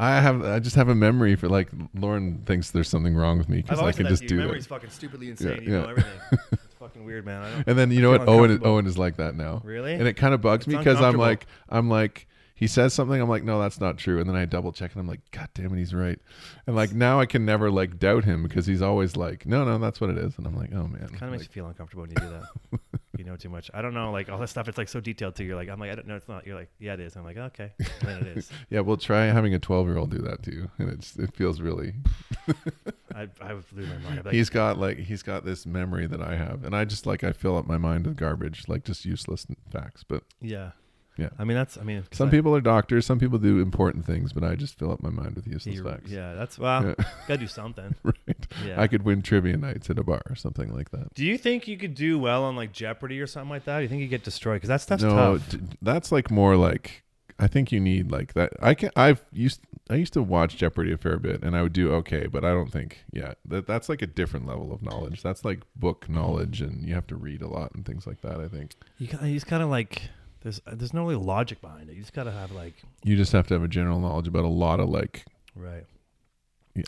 I have. I just have a memory for like Lauren thinks there's something wrong with me because
I've
I
always
can
said that to you.
just do
Your memory's
that.
fucking stupidly insane.
Yeah,
you
yeah.
know everything. it's fucking weird, man. I don't,
And then you know
I feel
what? Owen is,
uncomfortable.
Owen is like that now.
Really?
And it kind of bugs me
It's
because I'm
uncomfortable.
like I'm like he says something I'm like no that's not true and then I double check and I'm like god damn it he's right and like now I can never like doubt him because he's always like no no that's what it is and I'm like oh man
kind of makes
Like,
you feel uncomfortable when you do that. you know too much. I don't know, like all that stuff. It's like so detailed too. You're like, I'm like, I don't know, it's not. You're like, yeah, it is. I'm like, okay, and then it is.
yeah we'll try having a 12 year old do that to you and it's it feels really
I I would lose my mind. I'd be Like,
he's got like he's got this memory that I have, and I just like I fill up my mind with garbage, like just useless facts. But
yeah,
Yeah.
I mean, that's. I mean, 'cause
some
I-
people are doctors, some people do important things, but I just fill up my mind with
yeah,
useless
you're-
facts.
Yeah, that's well.
Yeah.
Gotta do something.
right.
Yeah.
I could win trivia nights at a bar or something like that.
do you think you could do well on like Jeopardy or something like that? Do you think you get destroyed? Because that stuff's
no,
tough.
d- that's like more like I think you need like that. I can I've used I used to watch Jeopardy a fair bit, and I would do okay, but I don't think yeah that that's like a different level of knowledge. That's like book knowledge, and you have to read a lot and things like that. I think.
You, gotta- you just kind of like there's there's no really logic behind it. You just gotta have like
You just have to have a general knowledge about a lot of like
right.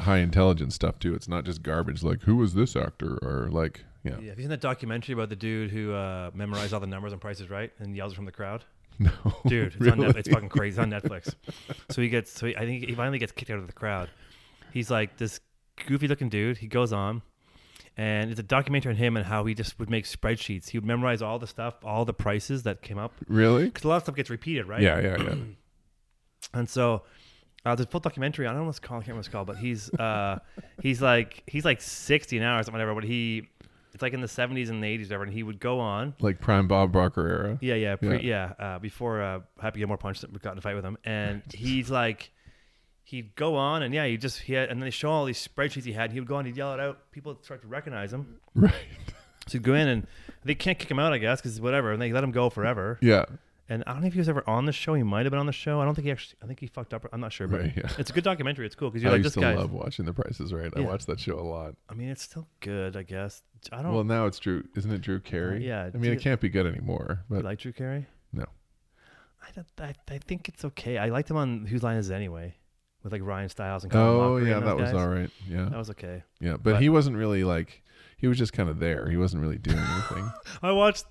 high intelligence stuff too. It's not just garbage like who was this actor or like yeah.
Yeah, have you seen that documentary about the dude who uh, memorized all the numbers on prices right and yells from the crowd?
No.
Dude, it's, on Netflix. it's fucking crazy. It's on Netflix. so he gets, so he, I think he finally gets kicked out of the crowd. He's like this goofy looking dude. He goes on, and it's a documentary on him and how he just would make spreadsheets. He would memorize all the stuff, all the prices that came up,
Really?
because a lot of stuff gets repeated, right?
Yeah, yeah, yeah.
And so uh, the full documentary, I don't know what's called, I can't remember what it's called, but he's uh, he's like he's like sixty now or something whatever, but he it's like in the seventies and the eighties, whatever, and he would go on.
like prime Bob Barker era.
Yeah, yeah, pre, yeah. uh, before uh, Happy Gilmore punched, him- got in a fight with him, and he's like, he'd go on, and yeah, he just he had, and then they show all these spreadsheets he had. And he would go on, he'd yell it out, people would start to recognize him,
Right.
so he'd go in, and they can't kick him out, I guess, because whatever, and they let him go forever.
Yeah.
And I don't know if he was ever on the show. He might have been on the show. I don't think he actually. I think he fucked up. I'm not sure, but
Right, yeah.
it's a good documentary. It's cool because you're
I
like
used
this
to
guy.
love watching The Prices Right. I
Yeah.
watched that show a lot.
I mean, it's still good, I guess. I don't
Well, now it's Drew. Isn't it Drew Carey?
Oh. Uh, yeah,
I mean, it
dude.
can't be good anymore. But
like Drew Carey.
no.
I, don't, I I think it's okay. I liked him on Whose Line Is It Anyway, with like Ryan Stiles and Colin
Oh
Mockery
yeah,
and
that
those
was
guys.
all right. Yeah.
That was okay.
yeah, but,
but-
he wasn't really like he was just kind of there. He wasn't really doing anything.
I watched.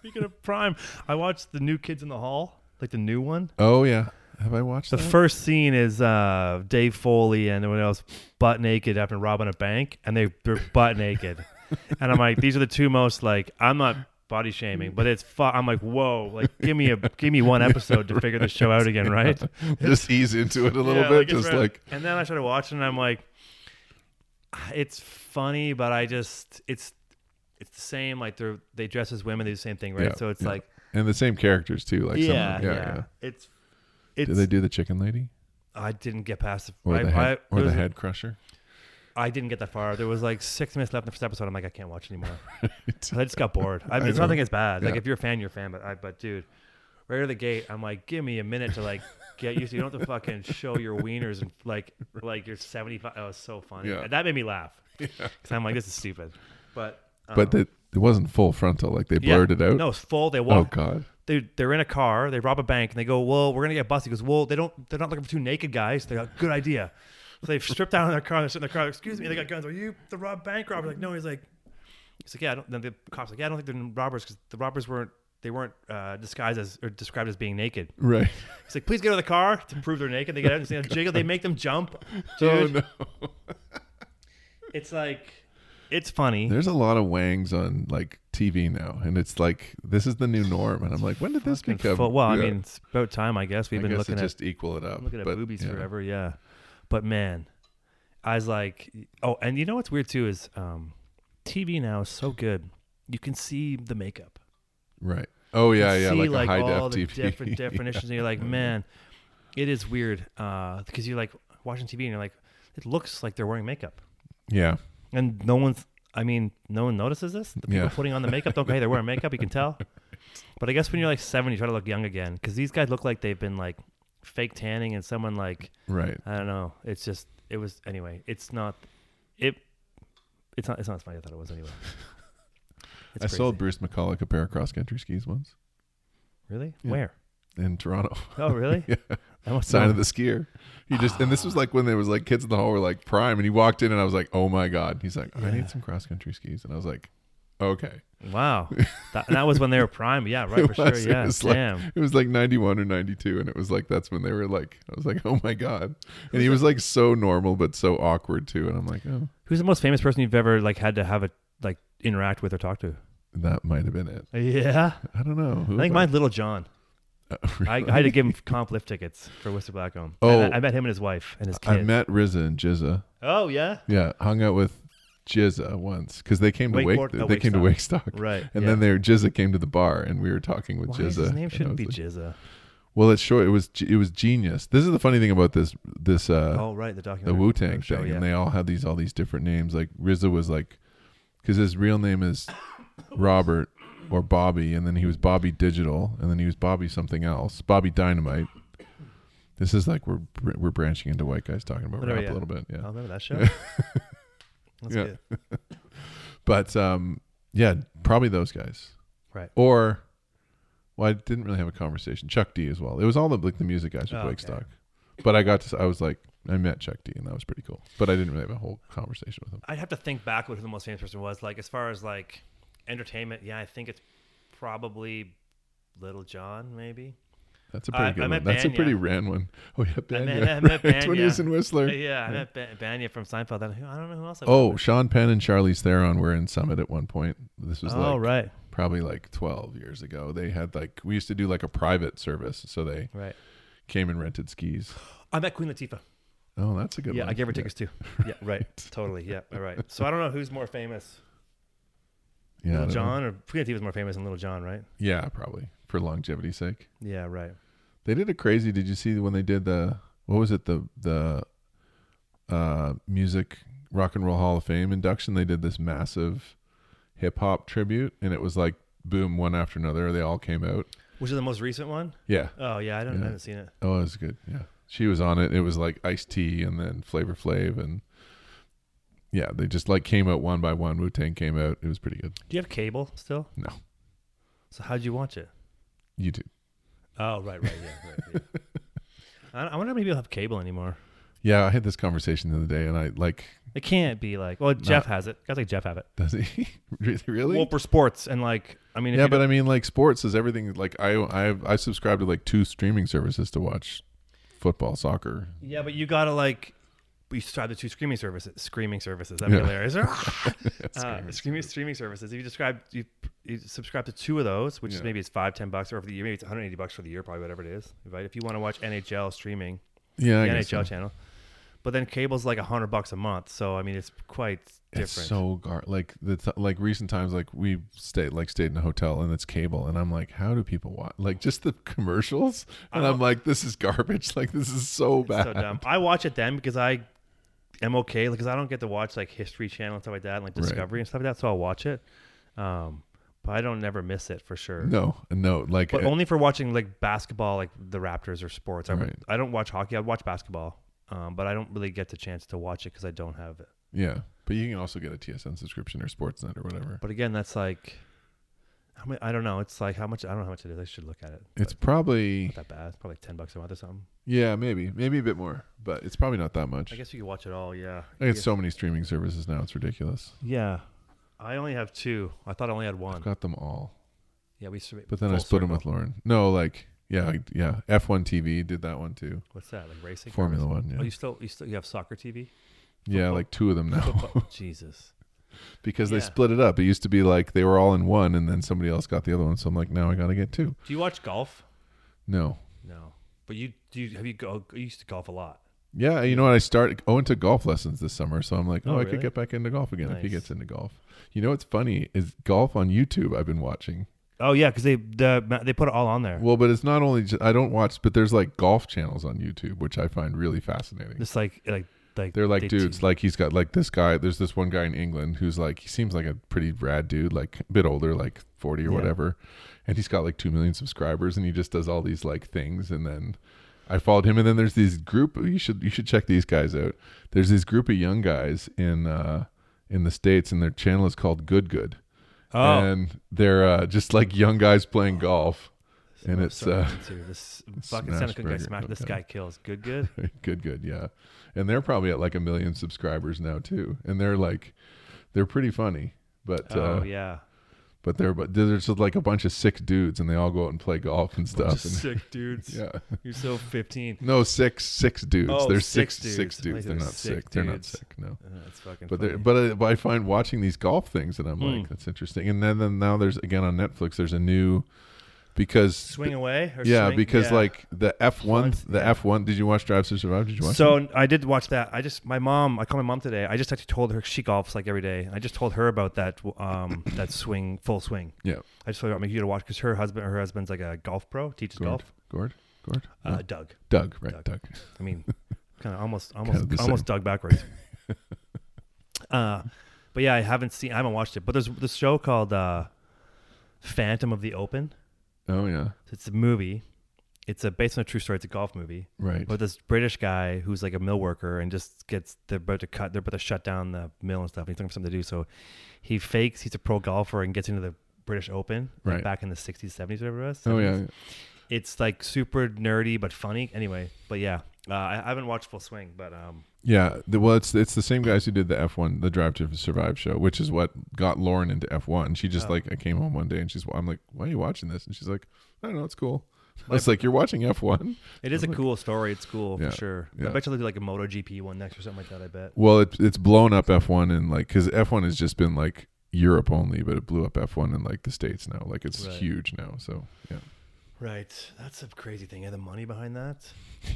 Speaking of Prime, I watched the new Kids in the Hall, like the new one.
oh yeah. Have I watched
The
that?
first scene is uh, Dave Foley and everyone else butt naked after robbing a bank, and they they're butt naked, and I'm like, these are the two most like I'm not body shaming, but it's fu- I'm like, whoa, like give me a give me one episode to figure this show out again, right?
just ease into it a little
Yeah,
bit.
like, it's
just
right-
like
and then I started watching, and I'm like, "Ah, it's funny, but I just it's it's the same. Like they are they dress as women, they do the same thing, right?
Yeah,
so it's
yeah.
like,
and the same characters too. Like some of
yeah,
them.
yeah,
yeah.
it's it's.
Did they do the chicken lady
I didn't get past the
or
I,
the
I-
head,
it
or the
was-
head crusher?
I didn't get that far. There was like six minutes left in the first episode. I'm like, I can't watch anymore. I just got bored. I,
I
it's
know.
nothing as bad. Like
Yeah.
if you're a fan, you're a fan. But I, but dude, right out of the gate, I'm like, give me a minute to like get used to. You don't have to fucking show your wieners and like like you're 75. Oh, it's so funny.
Yeah.
And that made me laugh because I'm like, this is stupid. But um,
But that it wasn't full frontal. Like they
yeah.
blurred it out.
No, it's full. They
oh
walk.
God.
They they're in a car. They rob a bank and they go, well, we're gonna get busted. He goes, well, they don't. They're not looking for two naked guys. They got good idea. So they strip down in their car. They're sitting in their car. Excuse me. They got guns. Are you the rob bank robber? Like no. He's like, he's like yeah. I don't, then the cops like yeah. I don't think they're robbers because the robbers weren't. They weren't uh, disguised as or described as being naked.
Right.
He's like, please get out of the car to prove they're naked. They get out and they jiggle. They make them jump. Dude,
Oh no.
it's like, it's funny.
There's a lot of wangs on like TV now, and it's like this is the new norm. And I'm like, when did this
Fucking
become?
full- well, I
yeah.
mean, it's about time. I guess we've
I
been
guess
looking
it
at
just equal it up.
looking at
but,
boobies
yeah.
forever, yeah. But man, I was like, oh, and you know what's weird too is um, TV now is so good. You can see the makeup.
Right. Oh
You
yeah,
can
yeah.
See
Like, a high
all the
def TV.
different definitions, and you're like, man, it is weird because you're like watching TV and you're like, it looks like they're wearing makeup,
yeah.
and no one's. I mean, no one notices this. The people
Yeah.
putting on the makeup don't go, hey, they're wearing makeup. You can tell. But I guess when you're like 70, you try to look young again because these guys look like they've been like fake tanning and someone like
Right.
I don't know. It's just it was anyway. It's not it. It's not. It's not as funny as I thought it was anyway. It's
I sold
crazy.
Bruce McCulloch a pair of cross country skis once
Really?
Yeah.
Where?
in Toronto.
Oh, really?
Yeah.
I must
Sign of the skier. He just and this was like when there was like kids in the hall were like prime, and he walked in and I was like, oh my god. He's like, I
Yeah.
need some cross country skis, and I was like, okay.
Wow. that, that was when they were prime. Yeah, right
It
for
was-
sure.
it
Yeah.
was like-
Damn.
It was like 91 or 92 and it was like that's when they were like I was like oh my god. And he was like so normal but so awkward too and I'm like oh
Who's the most famous person you've ever like had to have a like interact with or talk to?
that might have been it.
Yeah.
I don't know. Who
I think
was-
mine's Little John. I, I had to give him comp lift tickets for Whistler Blackcomb.
Oh.
And I, I met him and his wife and his
I
kid.
met Rizza and Jizza.
oh yeah.
Yeah, hung out with Jizza once cuz they came to Wake,
Wakeboard-
they
no,
came to
Wakestock.
Wakestock.
Right.
And
yeah.
then their Jizza came to the bar and we were talking with
Why
Jizza.
is his name
and I
shouldn't
was
be
like-
Jizza.
Well, it's short. It was it was genius. This is the funny thing about this this uh
oh right, the
the
documentary.
Wu Tang
show,
thing,
yeah.
and they all had these all these different names. Like RZA was like, because his real name is Robert or Bobby, and then he was Bobby Digital, and then he was Bobby something else, Bobby Dynamite. This is like we're we're branching into white guys talking about
Whatever,
rap
Oh, yeah. Uh-huh.
a little bit, yeah.
I remember that show. That's
Yeah.
good.
But um, yeah, probably those guys,
Right.
Or, well, I didn't really have a conversation. Chuck D as well. It was all the like the music guys with
Oh, okay.
Wakestock, but I got to s- I was like I met Chuck D, and that was pretty cool. But I didn't really have a whole conversation with him.
I'd have to think back what who the most famous person was. Like as far as like entertainment, yeah, I think it's probably Little John, maybe.
That's a
Uh,
pretty
I-
good
I
one.
met
That's a pretty
Banya.
ran one. Oh yeah, Banya.
met- I met
Right, when he
Banya.
was in Whistler.
yeah, I met ba- Banya from Seinfeld. I don't, I don't know who else. I
Oh, Sean Penn and Charlize Theron were in Summit at one point. This was
oh
like
right,
probably like 12 years ago. They had like we used to do like a private service, so they
right.
came and rented skis.
I met Queen Latifah.
Oh, that's a good
yeah,
one.
I gave her tickets too. Yeah, right. totally. Yeah, all right. So I don't know who's more famous,
Yeah, I
Little
don't know.
John or Queen Latifah's more famous than Little John, right?
Yeah, probably for longevity's sake.
Yeah, right.
They did a crazy. Did you see when they did the what was it the the uh music rock and roll Hall of Fame induction? They did this massive hip hop tribute, and it was like boom one after another. They all came out.
Which is the most recent one?
Yeah.
Oh yeah, I don't.
Yeah.
I haven't seen it.
Oh, it was good. Yeah, she was on it. It was like Ice Tea and then Flavor Flav and yeah, they just like came out one by one. Wu Tang came out. It was pretty good.
Do you have cable still?
No.
So how'd you watch it?
YouTube.
Oh right, right, yeah. Right, yeah. I, I wonder if maybe I'll have cable anymore.
Yeah, I had this conversation the other day, and I like
It can't be like well, Jeff has it. Guys like Jeff have it.
does he really really?
Well, for sports and like I mean, if
yeah,
you
but
don't-
I mean, like sports is everything. Like I, I, I subscribe to like two streaming services to watch football, soccer.
yeah, but you gotta like we subscribe to two streaming services. Screaming services. That'd be
Yeah.
hilarious. uh, streaming
Screaming
streaming services. If you describe you, you subscribe to two of those, which is
Yeah.
maybe it's five, ten bucks, or over the year maybe it's 180 bucks for the year, probably whatever it is. Right? If you want to watch NHL streaming,
Yeah, I
the
guess
NHL
so.
channel. But then cable's like hundred bucks a month, so I mean it's quite
It's
different.
so gar- like the th- like recent times like we stayed like stayed in a hotel and it's cable and I'm like how do people watch like just the commercials and I'm like this is garbage like this is
Uh-huh.
so
It's
bad
so dumb. I watch it then because I am okay because I don't get to watch like History Channel and stuff like that, and like
Right.
Discovery and stuff like that. So I'll watch it, um, but I don't never miss it for sure.
No, no, like
But
uh,
only for watching like basketball, like the Raptors or sports. I,
Right.
I don't watch hockey. I watch basketball, um, but I don't really get the chance to watch it because I don't have it.
yeah. But you can also get a TSN subscription or Sportsnet or whatever.
But again, that's like, how many, I don't know. It's like how much I don't know how much it is. I should look at it.
It's
but
probably
not that bad. It's probably like ten bucks a month or something.
yeah, maybe maybe a bit more, but it's probably not that much.
I guess you could watch it all. Yeah.
I get so many streaming services now; it's ridiculous.
yeah. I only have two. I thought I only had
I've
one.
got them all,
Yeah, we. sur-
but then I
full
split them
circle.
with Lauren. No, like yeah, I- yeah. F1 TV did that one too.
What's that like racing?
Formula
cars?
One, yeah,
Oh, you still you still you have soccer TV?
yeah,
football?
like two of them now
Football- Jesus.
because they
Yeah.
split it up. It used to be like they were all in one, and then somebody else got the other one. So I'm like, now I got to get two.
Do you watch golf?
No,
No. But you do you, have you go you used to golf a lot.
Yeah, you know what? I start I went to golf lessons this summer, so I'm like, oh,
Oh,
I
really?
could get back into golf again if he
Nice.
gets into golf. You know what's funny is golf on YouTube. I've been watching.
Oh yeah, because they the they put it all on there.
Well, but it's not only just, I don't watch, but there's like golf channels on YouTube, which I find really fascinating.
Just like like like
They're like
they te-
dudes. Like he's got like this guy. There's this one guy in England who's like he seems like a pretty rad dude, like a bit older, like forty or
Yeah.
whatever, and he's got like two million subscribers, and he just does all these like things, and then. I followed him, and then there's these group. You should you should check these guys out. There's this group of young guys in uh, in the states, and their channel is called Good Good,
oh,
and they're uh, just like young guys playing golf. and
I'm
it's,
so
uh,
into this fucking
Smash
Seneca guy
Burger,
smash this
okay.
guy kills. Good good.
good good yeah and they're probably at like a million subscribers now too and they're like they're pretty funny but
oh
uh
yeah.
but they're but there's just like a bunch of sick dudes and they all go out and play golf and stuff
Just
and,
sick dudes.
yeah
You're so 15.
no six six dudes
Oh,
there's
six
six six
dudes. I thought
dudes they're
they
not
were
sick
sick
they're not
dudes.
sick no
Uh, that's fucking
but
funny.
they're, but, I, but I find watching these golf things and I'm
Mm.
like that's interesting and then, then now there's again on Netflix there's a new because
swing away or
yeah
swing?
because
Yeah.
like the F1
Once-
the
yeah.
F1 did you watch Drive to Survive did you watch
So I did watch that. I just my mom. I called my mom today. I just actually told her she golfs like every day. I just told her about that um that swing full swing.
Yeah.
I just told her I make you to watch because her husband her husband's like a golf pro teaches
Gord
golf.
Gord Gord
Uh, Doug.
Doug right
Doug.
Doug
I mean, kind of almost almost
Kinda the
almost Doug backwards. uh, but yeah, I haven't seen. I haven't watched it. But there's this show called uh, Phantom of the Open.
Oh yeah,
It's a movie. It's a based on a true story. It's a golf movie.
right.
But this British guy who's like a mill worker and just gets they're about to cut they're about to shut down the mill and stuff. And he's looking for something to do, so he fakes he's a pro golfer and gets into the British Open like,
Right.
back in the sixties, seventies, whatever it was.
oh
70s.
yeah,
it's like super nerdy but funny. Anyway, but yeah, uh, I, I haven't watched Full Swing, but um,
yeah. The, well, it's it's the same guys who did the F one, the Drive to Survive show, which is what got Lauren into F one. She just
Oh.
like I came home one day and she's I'm like, why are you watching this? And she's like, I don't know, it's cool. I
My-
was like, you're watching F one.
it is a cool story. It's cool
Yeah,
for sure.
yeah.
I bet you'll do like a MotoGP one next or something like that. I bet.
Well, it, it's blown up F one and like because F one has just been like Europe only, but it blew up F one in like the states now. Like it's
Right.
huge now. So yeah,
Right, that's a crazy thing. And the money behind that.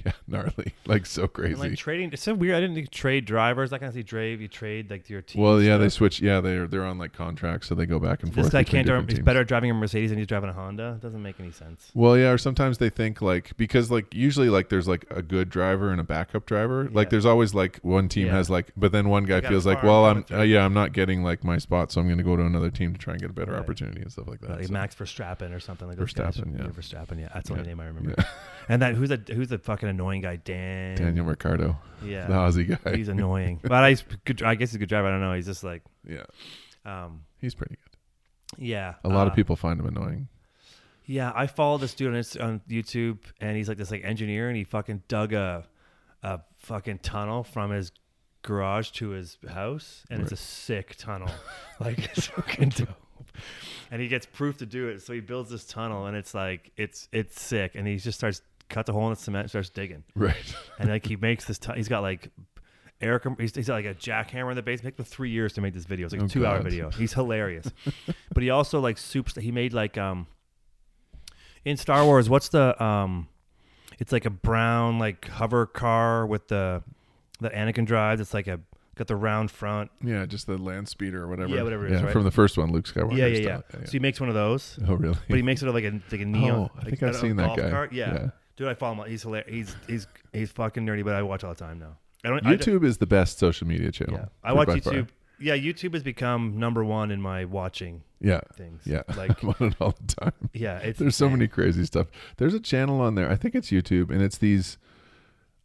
yeah, gnarly, like so crazy.
And like trading, it's so weird. I didn't think trade drivers. I kind of see trade. You trade like your team.
well, yeah, they
stuff.
switch. Yeah, they're they're on like contracts, so they go back and forth.
This guy
between
can't drive.
different
He's
teams.
better at driving a Mercedes than he's driving a Honda. Doesn't make any sense.
Well, yeah, or sometimes they think like because like usually like there's like a good driver and a backup driver. Like
Yeah.
there's always like one team
Yeah.
has like, but then one guy
got a
feels like,
car,
well,
I'm
I'm
coming
uh, yeah, I'm not getting like my spot, so I'm going to go to another team to try and get a better
Right.
opportunity and stuff like that.
Like
so.
Max Verstappen or something like those guys.
Verstappen, yeah.
Verstappen, yeah. That's the only
Yeah.
name I remember. And that who's the who's the fucking annoying guy? Dan.
Daniel Ricardo,
Yeah.
the Aussie guy.
He's annoying, but I good. I guess he's a good driver. I don't know. He's just like,
yeah,
um,
he's pretty good.
yeah.
A lot
uh,
of people find him annoying.
Yeah, I follow this dude on, Inst- on YouTube, and he's like this like engineer, and he fucking dug a, a fucking tunnel from his garage to his house, and it's
Right.
a sick tunnel, like it's fucking dope. And he gets proof to do it, so he builds this tunnel, and it's like it's it's sick, and he just starts cuts a hole in the cement, and starts digging,
Right.
and like he makes this. tu- he's got like. Eric, he's, he's got like a jackhammer in the basement. It took him three years to make this video. It's like a
Oh,
two hour
God.
video. He's hilarious, but he also like soups. He made like um, in Star Wars, what's the um it's like a brown like hover car with the that Anakin drives. It's like a got the round front.
Yeah, just the land speeder or whatever.
Yeah, whatever it is, right?
From the first one, Luke Skywalker.
yeah, yeah, yeah,
style.
So he makes one of those,
Oh, really?
but he makes it like a like a neon.
oh, I
like,
think
a
I've seen that
golf
guy.
cart. Yeah. dude, I follow him. He's hilarious. He's he's he's fucking nerdy, but I watch all the time now. I don't. I don't-
YouTube is the best social media channel.
yeah. I
for-
watch
by
YouTube.
far.
Yeah, YouTube has become number one in my watching
Yeah,
things.
yeah.
Like
I'm on it all the time.
yeah, it's
There's so many crazy stuff. There's a channel on there. I think it's YouTube, and it's these.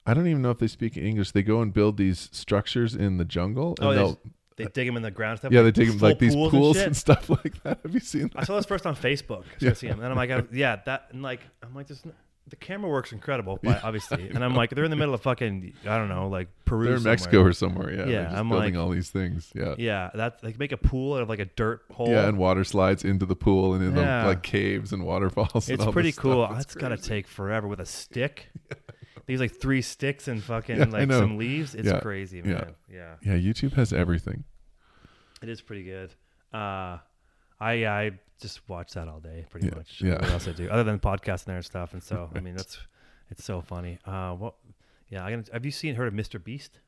I don't even know if they speak English. They go and build these structures in the jungle, and
Oh, they,
they'll
just- they dig them in the ground and stuff.
yeah, they take them
full
like these pools, and,
shit.
stuff like that. Have you seen
I
that?
saw this first on Facebook. So
Yeah.
I see him, and I'm like, I, yeah, that, and like, I'm like, this, the camera works incredible, but obviously, and I'm like, they're in the middle of fucking, I don't know, like Peru,
They're in
somewhere.
Mexico or somewhere. Yeah, they're
Yeah,
just
I'm
building
like-
all these things. Yeah. yeah,
Yeah, that's like make a pool out of like a dirt hole.
and water slides into the pool and in the
Yeah.
like caves and waterfalls. and
it's
all this
pretty
stuff.
cool.
It's
That's gotta
crazy.
take forever with a stick. These like three sticks and fucking
Yeah, I
like
know.
some leaves. It's
Yeah,
crazy,
yeah.
man. Yeah.
Yeah, YouTube has everything.
it is pretty good. Uh, I I just watch that all day, pretty
Yeah,
much.
yeah.
What else I do other than podcasting there and stuff? And so I mean, that's it's so funny. Uh, what? Yeah, I have you seen heard of Mr. Beast?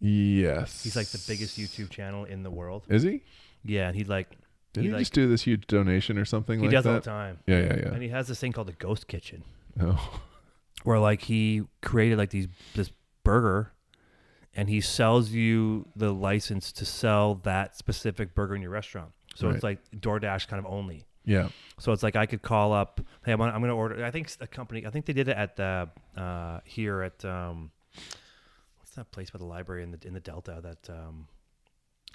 Yes,
He's like the biggest YouTube channel in the world.
Is he?
Yeah, and he like
Did
he
he,
like
just do this huge donation or something
he
like
does
that?
all the time,
Yeah, yeah, yeah.
and he has this thing called the Ghost Kitchen.
Oh,
where like he created like these this burger and he sells you the license to sell that specific burger in your restaurant. So it's like DoorDash kind of only.
yeah.
So it's like I could call up, hey, I'm, gonna- I'm going to order. I think a company, I think they did it at the uh, here at um, what's that place by the library in the in the Delta that um,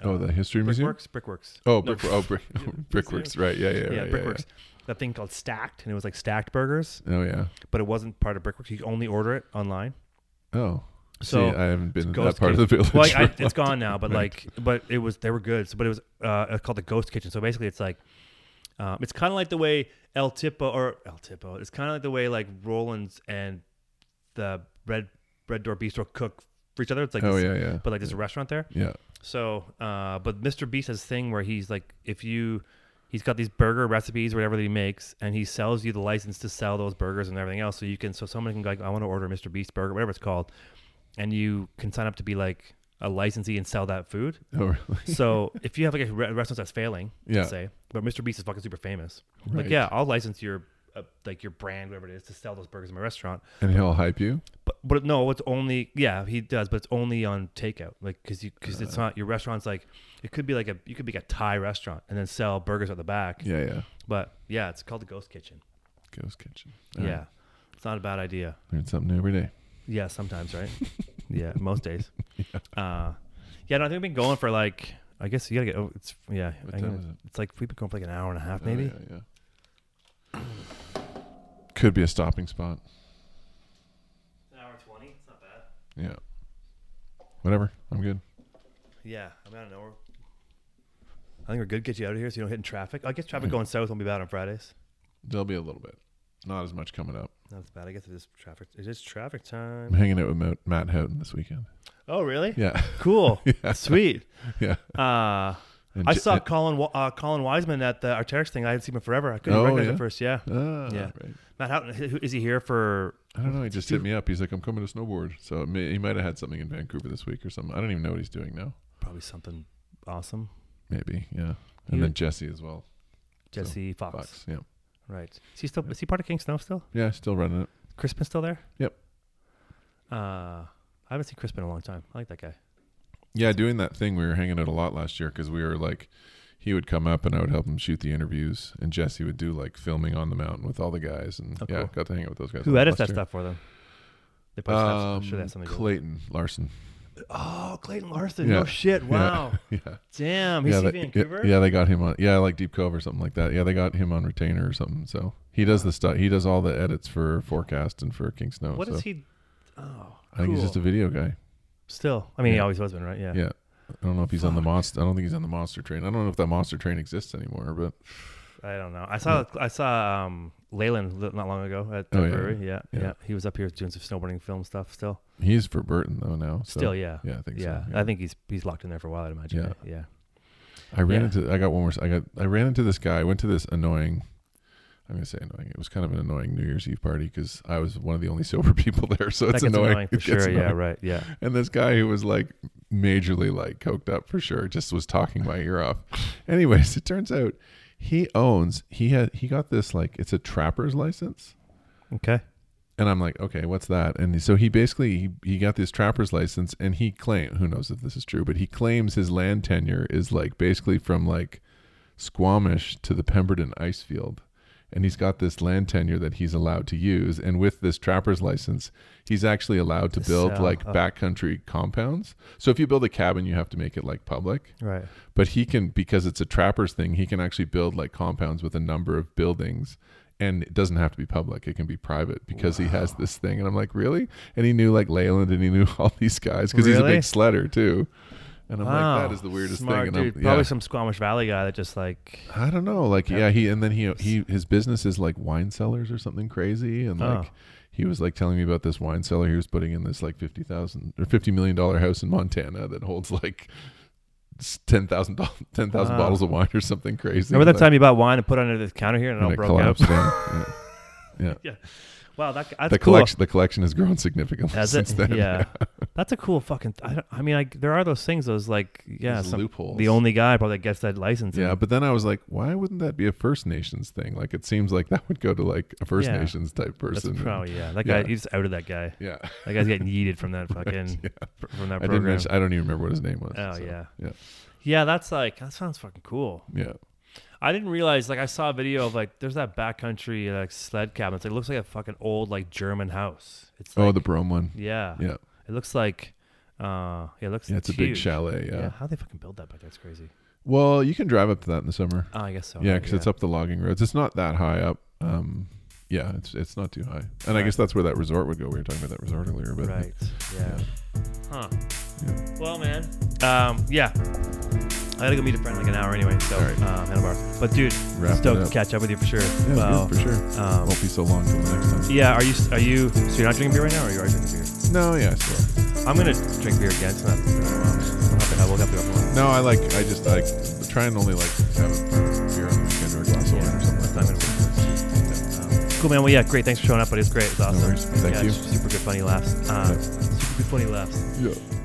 Oh, the history museum.
Brickworks, Brickworks.
Oh,
No,
brick, oh, brick, brickworks. Right. Yeah, yeah, right,
yeah,
yeah, yeah.
Brickworks. That thing called Stacked, and it was like stacked burgers,
Oh yeah.
but it wasn't part of Brickworks. You could only order it online.
Oh.
So
See, I haven't been in that
Ghost
part of the village.
Well, like,
for a
I, it's
long
gone now, but
Right.
like, but it was they were good. So, but it was uh, it's called the Ghost Kitchen. So basically, it's like, um, it's kind of like the way El Tipo or El Tipo. It's kind of like the way like Roland's and the Red Red Door Bistro cook for each other. It's like,
oh
this-
yeah, yeah.
but like there's a restaurant there.
yeah.
So, uh, but Mr. Beast has this thing where he's like, if you, he's got these burger recipes, whatever that he makes, and he sells you the license to sell those burgers and everything else. So you can, so someone can go, like, I want to order Mr. Beast burger, whatever it's called, and you can sign up to be like a licensee and sell that food.
Oh really?
So if you have like a re- restaurant that's failing,
Yeah.
let's say, but Mr. Beast is fucking super famous,
Right.
like yeah, I'll license your. Uh, like your brand, whatever it is, to sell those burgers in my restaurant,
And he'll hype you.
but but no, it's only yeah he does, but it's only on takeout, like because you because it's
Uh.
not your restaurant's like it could be like a you could be like a Thai restaurant and then sell burgers at the back,
Yeah, yeah.
but yeah, it's called the Ghost Kitchen.
Ghost kitchen. All
Yeah,
right.
it's not a bad idea.
Learn something new every day.
Yeah, sometimes right. yeah, most days. Uh, yeah, no, I think we've been going for like I guess you gotta get oh, it's yeah
What
I
time
can-
is it?
it's like we've been going for like an hour and a half
Oh,
maybe.
yeah, yeah. Could be a stopping spot.
An hour twenty, it's not bad.
Yeah. Whatever. I'm good.
Yeah, I mean I don't know. We're, I think we're good. Get you out of here so you don't hit in traffic. I guess traffic going south won't be bad on Fridays.
There'll be a little bit. Not as much coming up.
That's bad. I guess it is traffic. It is traffic
I'm
time.
hanging out with Mo- Matt Houghton this weekend.
Oh, really?
Yeah.
Cool.
Yeah.
Sweet.
yeah.
Uh,
And
I
J-
saw
and-
Colin Wa- uh, Colin Wiseman at the Arteryx thing. I hadn't seen him forever. I couldn't
Oh,
recognize
yeah?
him first. Yeah.
Ah,
Yeah.
right.
Matt Houghton, who- is he here for?
I don't know. He just hit me up. He's like, I'm coming to snowboard. So it may, he might have had something in Vancouver this week or something. I don't even know what he's doing now.
Probably something awesome.
Maybe. Yeah.
He-
And then Jesse as well.
Jesse Fox.
Fox. Yeah.
Right. Is he still? Is he part of King Snow still?
Yeah. Still running it.
Crispin's still there?
Yep.
Uh, I haven't seen Crispin in a long time. I like that guy.
Yeah. Doing that thing. We were hanging out a lot last year because we were like, he would come up and I would help him shoot the interviews, and Jesse would do like filming on the mountain with all the guys, and
Oh,
yeah,
cool.
got to hang out with those guys.
Who edits that
last year.
stuff for them? They probably have- I'm sure they
Um,
have something. to do with
Clayton Larson.
it. Oh, Clayton Larson.
Yeah.
No shit. Wow.
Yeah.
Damn. He's
yeah,
yeah,
they,
Vancouver.
yeah, they got him on. Yeah, like Deep Cove or something like that. Yeah, they got him on retainer or something. So he does the stuff. He does all the edits for Forecast and for King Snow.
What
so
is he? Oh,
I think he's just a
cool.
video guy.
still. I mean, he
Yeah.
always has been, right? Yeah.
Yeah. I don't know if he's on the monster. I don't think he's on the monster train. I don't know if that monster train exists anymore. But
I don't know. I saw I saw um, Leyland li- not long ago at the
Oh, yeah.
brewery. Yeah. yeah,
Yeah.
He was up here doing some snowboarding film stuff. Still,
he's for Burton though now. So.
still, yeah,
Yeah, I think
yeah.
so.
I think he's he's locked in there for a while. I'd imagine.
Yeah.
Yeah, yeah.
I ran
yeah.
into. I got one more. s- I got. I ran into this guy. I went to this annoying. I'm gonna say annoying. It was kind of an annoying New Year's Eve party because I was one of the only sober people there, so
that
it's
gets
annoying.
for
It gets
sure. Yeah,
annoying.
right. Yeah,
And this guy who was like majorly like coked up for sure just was talking my ear off. Anyways, it turns out he owns he had he got this like it's a trapper's license
okay.
And I'm like, okay, what's that? And so he basically he, he got this trapper's license, and he claim who knows if this is true, but he claims his land tenure is like basically from like Squamish to the Pemberton ice field, and he's got this land tenure that he's allowed to use. And with this trapper's license, he's actually allowed to
To
build
sell,
like
oh.
backcountry compounds. So if you build a cabin, you have to make it like public
Right.
but he can because it's a trapper's thing he can actually build like compounds with a number of buildings and it doesn't have to be public it can be private because he has this thing and i'm like really and he knew like leyland and he knew all these guys because he's a
Really?
big sledder too and i'm
Wow.
like that is the weirdest
Smart
thing and
Dude.
I'm,
Probably
yeah.
some Squamish Valley guy that just like.
i don't know like yeah he and then he he his business is like wine cellars or something crazy and like
Oh.
he was like telling me about this wine cellar he was putting in this like 50000 or 50 million dollar house in montana that holds like 10,000 doll- 10,000
Wow.
bottles of wine or something crazy.
Remember that
Like,
time you bought wine and put it under the counter here and it
and
all
it
broke out?
collapsed down. Yeah.
Wow, that, that's
The
cool.
collection the collection has grown significantly
Has
since
it?
then.
Yeah. that's a cool fucking. I, don't, I mean, like there are those things. Those like yeah,
These
some,
loopholes.
the only guy probably that gets that license.
Yeah,
and-
but then I was like, why wouldn't that be a First Nations thing? Like it seems like that would go to like a First
Yeah.
Nations type
that's
person. and-
probably yeah. That
yeah.
guy, he's outed that guy.
yeah.
That guy's getting yeeted from that fucking
Yeah.
fr- from that
I didn't
program.
mention, I don't even remember what his name was.
Oh
so,
yeah,
Yeah.
yeah. That's like that sounds fucking cool.
Yeah.
I didn't realize like I saw a video of like there's that backcountry like sled cabin. It's, like, it looks like a fucking old like German house. It's like,
oh, the Brome one.
yeah,
Yeah.
It looks like uh yeah, it looks
Yeah, it's a big
huge.
chalet. Yeah.
How they fucking build that back there? It's crazy.
Well, you can drive up to that in the summer.
Oh, I guess so.
Yeah,
right?
because it's up the logging roads. It's not that high up. Um, yeah, it's it's not too high. And I
Right.
guess that's where that resort would go. We were talking about that resort earlier, but
Right. Yeah. Huh.
Yeah.
Well, man. Um, yeah. I gotta go meet a friend in like an hour anyway, so
Alright.
uh, handlebar. But dude,
Wrap it
stoked
up.
to catch up with you for sure.
yeah,
Well,
good, for sure.
Um,
Won't be so long till the next time.
yeah. Are you are you? So you're not drinking beer right now, or you are drinking beer?
No, yeah, still.
I'm gonna drink beer again. It's not. I will have to go for one.
No, I like. I just I try and only like have a beer on the weekend or a glass of wine
Yeah,
or something.
it's not
Like
gonna work.
that.
Um, Cool man. Well, yeah, great. Thanks for showing up, buddy. It's great. It's awesome.
worries. Thank
Yeah,
you.
Super good funny laughs. Uh,
Yeah.
super good funny laughs.
Yeah.